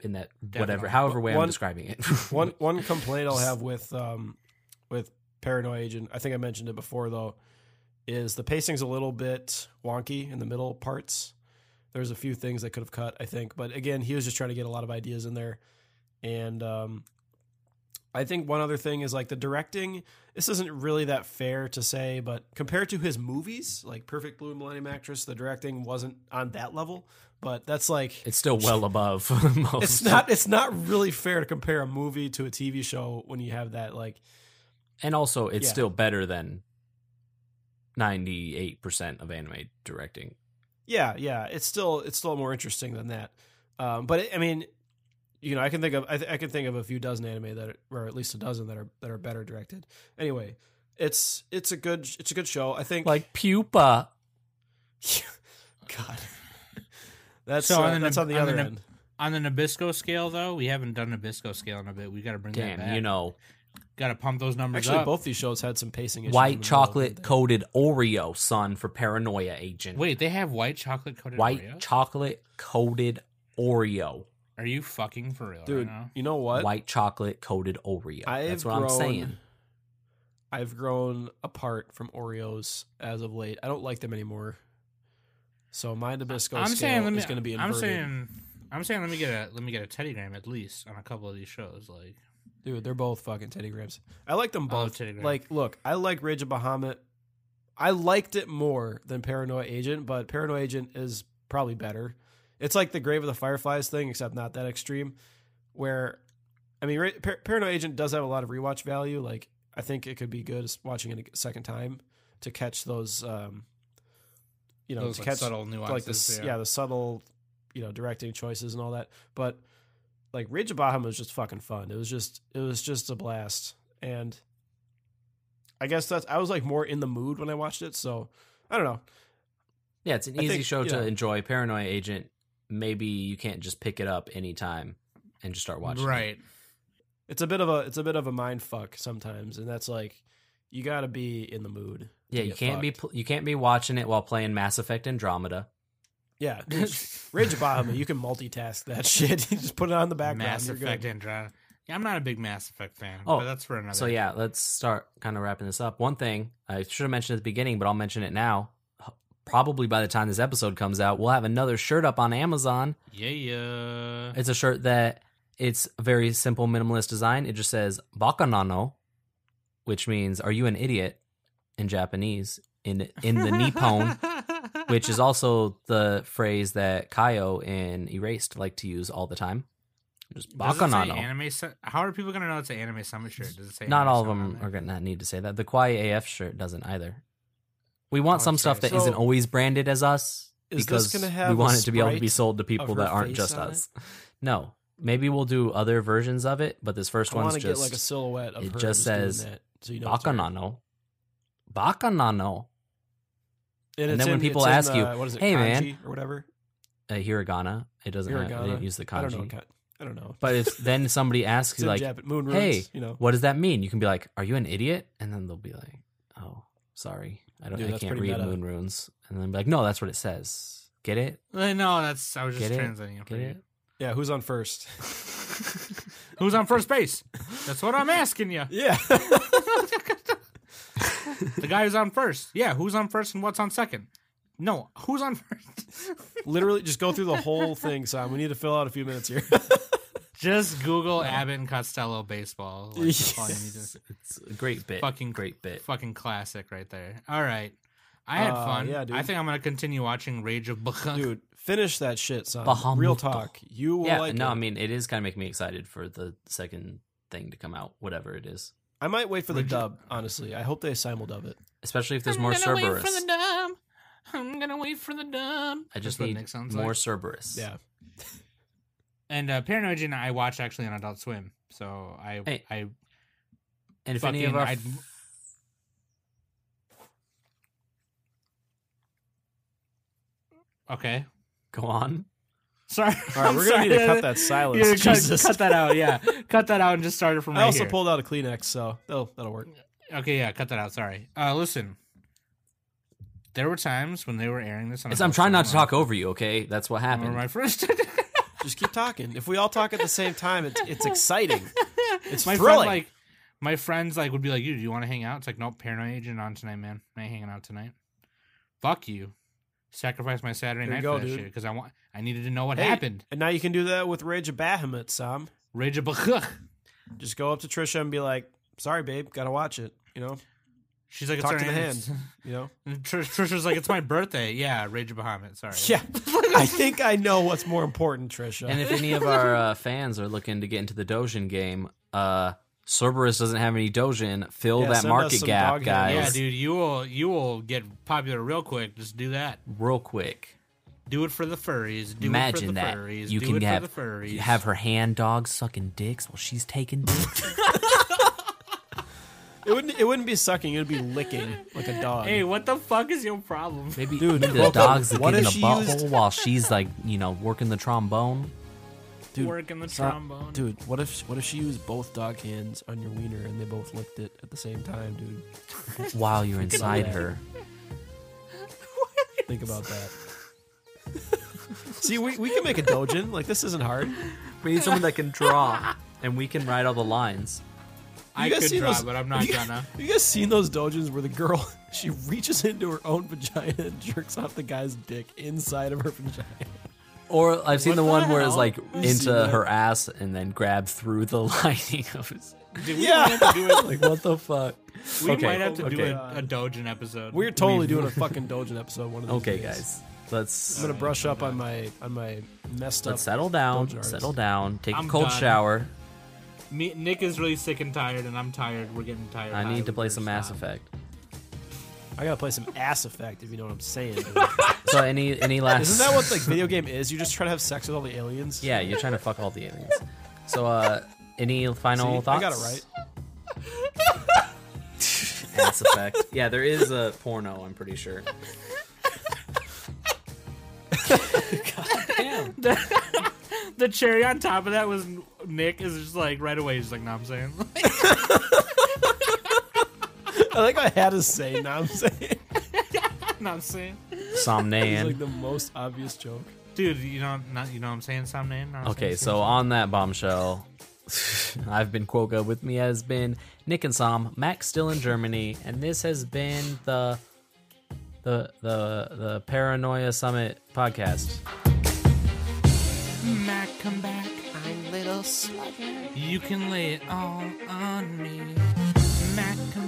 Speaker 2: in that whatever
Speaker 4: Definitely.
Speaker 2: however way
Speaker 3: One-
Speaker 2: I'm describing it.
Speaker 3: one one complaint I'll have with um with Paranoia Agent, I think I mentioned it before though, is the pacing's a little bit wonky in the middle parts. There's a few things that could have cut, I think, but again, he was just trying to get a lot of ideas in there. And um I think one other thing is like the directing. This isn't really that fair to say, but compared to his movies, like Perfect Blue and Millennium Actress, the directing wasn't on that level. But that's like
Speaker 2: it's still well above most.
Speaker 3: it's not it's not really fair to compare a movie to a TV show when you have that like
Speaker 2: And also, it's
Speaker 3: Yeah.
Speaker 2: still better than 98% of anime directing.
Speaker 3: yeah yeah it's still it's still more interesting than that um, but it, I mean you know I can think of I, th- I can think of a few dozen anime that are, or at least a dozen that are that are better directed anyway it's it's a good it's a good show I think
Speaker 2: Like Pupa.
Speaker 3: God that's
Speaker 4: So
Speaker 3: uh,
Speaker 4: on the-
Speaker 3: that's on the
Speaker 4: on the
Speaker 3: other
Speaker 4: num-
Speaker 3: end
Speaker 4: On the Nabisco scale though, we haven't done Nabisco scale in a bit. We gotta bring that back.
Speaker 2: Damn, you know.
Speaker 4: gotta pump those numbers
Speaker 3: actually
Speaker 4: up.
Speaker 3: both these shows had some pacing issues in the
Speaker 2: White
Speaker 3: middle,
Speaker 2: chocolate
Speaker 3: didn't
Speaker 2: coated Oreo, son, for Paranoia Agent.
Speaker 4: Wait, they have white chocolate coated
Speaker 2: White
Speaker 4: Oreos?
Speaker 2: chocolate coated Oreo.
Speaker 4: Are you fucking for real
Speaker 3: they? dude
Speaker 4: right now?
Speaker 3: you know what
Speaker 2: White chocolate coated Oreo.
Speaker 3: I've
Speaker 2: That's what I'm saying.
Speaker 3: I've grown apart from Oreos as of late. I don't like them anymore. So my Nabisco
Speaker 4: I'm
Speaker 3: scale
Speaker 4: saying let me,
Speaker 3: is going to be
Speaker 4: I'm
Speaker 3: inverted.
Speaker 4: saying I'm saying let me get a let me get a teddygram at least on a couple of these shows. Like
Speaker 3: Dude, they're both fucking Teddy Grahams. I like them
Speaker 4: I love
Speaker 3: both.
Speaker 4: Teddy Graham.
Speaker 3: like, look, I like Ridge of Bahamut. I liked it more than Paranoia Agent, but Paranoia Agent is probably better. It's like the Grave of the Fireflies thing, except not that extreme. Where, I mean, Ra- Par- Paranoia Agent does have a lot of rewatch value. Like, I think it could be good as- watching it a second time to catch those, um, you know,
Speaker 4: those
Speaker 3: to
Speaker 4: like,
Speaker 3: catch
Speaker 4: subtle
Speaker 3: like
Speaker 4: nuances.
Speaker 3: the s-
Speaker 4: yeah.
Speaker 3: yeah. the subtle you know directing choices and all that but like Ridge of Bahamut was just fucking fun it was just it was just a blast and I guess that's I was like more in the mood when I watched it so I don't know
Speaker 2: Yeah, it's an
Speaker 3: I
Speaker 2: easy
Speaker 3: think,
Speaker 2: show
Speaker 3: you
Speaker 2: to
Speaker 3: know.
Speaker 2: enjoy. Paranoia Agent, maybe you can't just pick it up anytime and just start watching. it.
Speaker 4: right.
Speaker 3: it's a bit of a it's a bit of a mind fuck sometimes and that's like you got to be in the mood
Speaker 2: Yeah,
Speaker 3: to
Speaker 2: you
Speaker 3: get
Speaker 2: can't be
Speaker 3: fucked.
Speaker 2: pl- you can't be watching it while playing Mass Effect Andromeda.
Speaker 3: yeah Ridge of Bahamut you can multitask that shit you just put it on the background
Speaker 4: Mass
Speaker 3: you're
Speaker 4: Effect
Speaker 3: good.
Speaker 4: Andromeda. Yeah, I'm not a big Mass Effect fan.
Speaker 2: Oh,
Speaker 4: but that's for another.
Speaker 2: So yeah, let's start kind of wrapping this up. One thing I should have mentioned at the beginning, but I'll mention it now. Probably by the time this episode comes out, we'll have another shirt up on Amazon.
Speaker 4: yeah, yeah.
Speaker 2: It's a shirt that it's a very simple minimalist design. It just says "bakanano," which means "Are you an idiot?" in Japanese in in the Nippon. which is also the phrase that Kaio in Erased like to use all the time. Just
Speaker 4: Does it say
Speaker 2: bakanano.
Speaker 4: Anime. Su- How are people gonna know it's an anime summit shirt? Does it say?
Speaker 2: Not
Speaker 4: anime
Speaker 2: all of
Speaker 4: summit on
Speaker 2: them
Speaker 4: there?
Speaker 2: are going to need to say that. The Kwai AF shirt doesn't either. We want
Speaker 4: Oh,
Speaker 2: some
Speaker 4: okay.
Speaker 2: stuff that
Speaker 3: So-
Speaker 2: not always branded as us
Speaker 3: Is this
Speaker 2: because
Speaker 3: gonna have
Speaker 2: we
Speaker 3: a
Speaker 2: want it to be able to be
Speaker 3: sprite
Speaker 2: sold to people
Speaker 3: her
Speaker 2: that aren't
Speaker 3: face
Speaker 2: just
Speaker 3: on it?
Speaker 2: us. No, maybe we'll do other versions of it, but this first
Speaker 3: I want
Speaker 2: one's
Speaker 3: to get like a
Speaker 2: just
Speaker 3: silhouette of
Speaker 2: it
Speaker 3: her
Speaker 2: just
Speaker 3: doing
Speaker 2: says
Speaker 3: that, so you know it's her.
Speaker 2: bakanano. Bakanano,
Speaker 3: And,
Speaker 2: And
Speaker 3: it's
Speaker 2: then when
Speaker 3: in-
Speaker 2: people
Speaker 3: it's
Speaker 2: ask
Speaker 3: in,
Speaker 2: you,
Speaker 3: uh, what is it,
Speaker 2: "Hey, man."
Speaker 3: kanji or whatever,
Speaker 2: a hiragana. It doesn't. Have, they didn't
Speaker 3: Hiragana.
Speaker 2: use the
Speaker 3: I
Speaker 2: kanji.
Speaker 3: don't know. Kan- I don't know.
Speaker 2: But if then somebody asks
Speaker 3: it's
Speaker 2: you
Speaker 3: in
Speaker 2: like,
Speaker 3: Japan, moon ruins,
Speaker 2: hey,
Speaker 3: you know,
Speaker 2: what does that mean? You can be like, are you an idiot? And then they'll be like, oh, sorry, I don't,
Speaker 3: Dude,
Speaker 2: I
Speaker 3: that's
Speaker 2: can't
Speaker 3: pretty
Speaker 2: read
Speaker 3: meta.
Speaker 2: moon runes. And then be like, no, that's what it says. Get it?
Speaker 4: Uh, No, that's I was just
Speaker 2: Get it?
Speaker 4: translating. It for
Speaker 2: Get
Speaker 4: you.
Speaker 2: it?
Speaker 3: yeah, who's on first?
Speaker 4: Who's on first base? That's what I'm asking you.
Speaker 3: yeah,
Speaker 4: The guy who's on first. Yeah, who's on first and what's on second? No, who's on first?
Speaker 3: literally, just go through the whole thing, Sam. We need to fill out a few minutes here.
Speaker 4: Just Google Abbott and Costello baseball. Like, that's all you need to-
Speaker 2: It's a great bit.
Speaker 4: Fucking
Speaker 2: great bit.
Speaker 4: Fucking classic right there. All right. I had
Speaker 3: Uh,
Speaker 4: fun.
Speaker 3: yeah, dude.
Speaker 4: I think I'm gonna continue watching Rage of Bukha.
Speaker 3: Dude, finish that shit, Sam.
Speaker 2: Bahamut.
Speaker 3: Real talk. You will
Speaker 2: yeah,
Speaker 3: like
Speaker 2: no,
Speaker 3: it.
Speaker 2: I mean, it is kind of making me excited for the second thing to come out, whatever it is.
Speaker 3: I might wait for the
Speaker 4: Would you-
Speaker 3: dub. Honestly, I hope they simul dub it.
Speaker 2: Especially if there's
Speaker 5: I'm
Speaker 2: more
Speaker 5: gonna wait for
Speaker 2: Cerberus.
Speaker 5: the dub. I'm gonna wait for the dub.
Speaker 2: I just
Speaker 4: That's what
Speaker 2: need
Speaker 4: Nick sounds
Speaker 2: more
Speaker 4: like.
Speaker 2: Cerberus.
Speaker 3: Yeah,
Speaker 4: And uh, Paranoid Agent I watch actually on Adult Swim. So I
Speaker 2: Hey.
Speaker 4: I
Speaker 2: And if any of
Speaker 4: Fucking-
Speaker 2: our
Speaker 4: I'd- okay.
Speaker 2: go on,
Speaker 4: Sorry.
Speaker 3: All right,
Speaker 4: I'm
Speaker 3: we're gonna need to
Speaker 4: sorry.
Speaker 3: cut that silence.
Speaker 4: Yeah, cut,
Speaker 3: Jesus.
Speaker 4: cut that out. Yeah, cut that out and just start it from
Speaker 3: I
Speaker 4: right
Speaker 3: also
Speaker 4: here.
Speaker 3: pulled out a Kleenex, so that'll that'll work.
Speaker 4: okay, yeah, cut that out. Sorry. Uh, listen, there were times when they were airing this. On
Speaker 2: It's- I'm trying not to talk over you. Okay, that's what
Speaker 4: Remember
Speaker 2: happened.
Speaker 4: my first.
Speaker 3: Just keep talking. If we all talk at the same time, it's it's exciting. It's
Speaker 4: my friend
Speaker 3: thrilling.
Speaker 4: like, my friends like would be like, "You, do you want to hang out?" It's like, "Nope, paranoid agent on tonight, man. I ain't hanging out tonight. Fuck you. Sacrifice my Saturday
Speaker 3: There you
Speaker 4: night
Speaker 3: go,
Speaker 4: for that
Speaker 3: dude.
Speaker 4: shit because I want. I needed to know what
Speaker 3: Hey,
Speaker 4: happened.
Speaker 3: And now you can do that with Rage of Bahamut, Sam.
Speaker 4: Rage of Bacchuk.
Speaker 3: Just go up to Trisha and be like, "Sorry, babe, gotta watch it." You know,
Speaker 4: She's like, it's
Speaker 3: Talk
Speaker 4: our
Speaker 3: to the
Speaker 4: anniversary.
Speaker 3: you know.
Speaker 4: Tr- Trisha's like, it's my birthday. Yeah, Rage of Bahamut. Sorry.
Speaker 3: Yeah, I think I know what's more important, Trisha.
Speaker 2: And if any of our uh, fans are looking to get into the Dojin game, uh, Cerberus doesn't have any Dojin. Fill
Speaker 3: Yeah,
Speaker 2: that
Speaker 3: send us
Speaker 2: market
Speaker 3: some
Speaker 2: gap,
Speaker 3: dog hair.
Speaker 4: Yeah,
Speaker 2: guys,
Speaker 4: dude, you will you will get popular real quick. Just do that.
Speaker 2: real quick.
Speaker 4: Do it for the furries. Do it for
Speaker 2: Imagine
Speaker 4: the
Speaker 2: that
Speaker 4: furries.
Speaker 2: you
Speaker 4: do
Speaker 2: can
Speaker 4: it
Speaker 2: have
Speaker 4: for the furries.
Speaker 2: you have her hand dogs sucking dicks while she's taking dicks.
Speaker 3: it wouldn't, it wouldn't be sucking; it would be licking like a dog.
Speaker 4: Hey, what the fuck is your problem?
Speaker 2: maybe,
Speaker 3: Dude,
Speaker 2: maybe the
Speaker 3: Coco,
Speaker 2: dogs that
Speaker 3: what
Speaker 2: get in the
Speaker 3: if she
Speaker 2: butthole
Speaker 3: used-
Speaker 2: while she's like you know working the trombone.
Speaker 3: dude,
Speaker 4: Working the
Speaker 3: stop.
Speaker 4: trombone.
Speaker 3: Dude, what if what if she used both dog hands on your wiener and they both licked it at the same time, dude?
Speaker 2: While you're inside
Speaker 3: that.
Speaker 2: her,
Speaker 3: Think about that. See, we, we can make a dojin. Like this isn't hard.
Speaker 2: we need someone that can draw, and we can write all the lines.
Speaker 4: I
Speaker 3: guys
Speaker 4: could
Speaker 3: seen
Speaker 4: try,
Speaker 3: those-
Speaker 4: but I'm not
Speaker 3: you,
Speaker 4: gonna.
Speaker 3: You guys seen those dojins where the girl she reaches into her own vagina and jerks off the guy's dick inside of her vagina?
Speaker 2: Or I've seen
Speaker 4: What
Speaker 2: the
Speaker 4: the
Speaker 2: one where it's
Speaker 4: hell?
Speaker 2: like
Speaker 3: seen
Speaker 2: into
Speaker 3: that.
Speaker 2: her ass and then grab through the lining of his.
Speaker 4: Dude, we
Speaker 3: Yeah.
Speaker 4: might have to do it.
Speaker 2: Like what the fuck?
Speaker 4: We
Speaker 2: Okay.
Speaker 4: might have to do
Speaker 2: Okay.
Speaker 4: a, a Dojin episode.
Speaker 3: We're totally doing a fucking dojin episode one of these
Speaker 2: Okay,
Speaker 3: days.
Speaker 2: guys, let's
Speaker 3: I'm gonna brush up on my on my messed
Speaker 2: let's
Speaker 3: up.
Speaker 2: settle down.
Speaker 3: Dojars.
Speaker 2: Settle down. Take
Speaker 4: I'm
Speaker 2: a cold
Speaker 4: done.
Speaker 2: shower.
Speaker 4: Me, Nick is really sick and tired, and I'm tired. We're getting tired.
Speaker 2: I
Speaker 4: Hi,
Speaker 2: need to play
Speaker 4: we're
Speaker 2: some Mass
Speaker 4: stop.
Speaker 2: Effect.
Speaker 3: I gotta play some ass effect if you know what I'm saying. dude.
Speaker 2: So any any last
Speaker 3: Isn't that what like video game is? You just try to have sex with all the aliens.
Speaker 2: Yeah, you're trying to fuck all the aliens. So uh, any final
Speaker 3: See, I
Speaker 2: thoughts?
Speaker 3: got it right.
Speaker 2: Mass Effect. Yeah, there is a porno. I'm pretty sure.
Speaker 4: The cherry on top of that was Nick is just like right away. He's like, "No, I'm saying."
Speaker 3: I like I had to say. Now I'm saying
Speaker 4: No, I'm saying.
Speaker 3: it's like
Speaker 2: Somnan.
Speaker 3: the most obvious joke.
Speaker 4: Dude, you know, not you know, what I'm saying some name. No, I'm
Speaker 2: Okay,
Speaker 4: saying
Speaker 2: so on that bombshell, I've been Quoka. With me has been Nick and Sam. Max still in Germany, and this has been the the the the Paranoia Summit podcast.
Speaker 4: some- Mac, come back.
Speaker 5: I'm little slugger.
Speaker 4: You can lay it all on me. Mac, come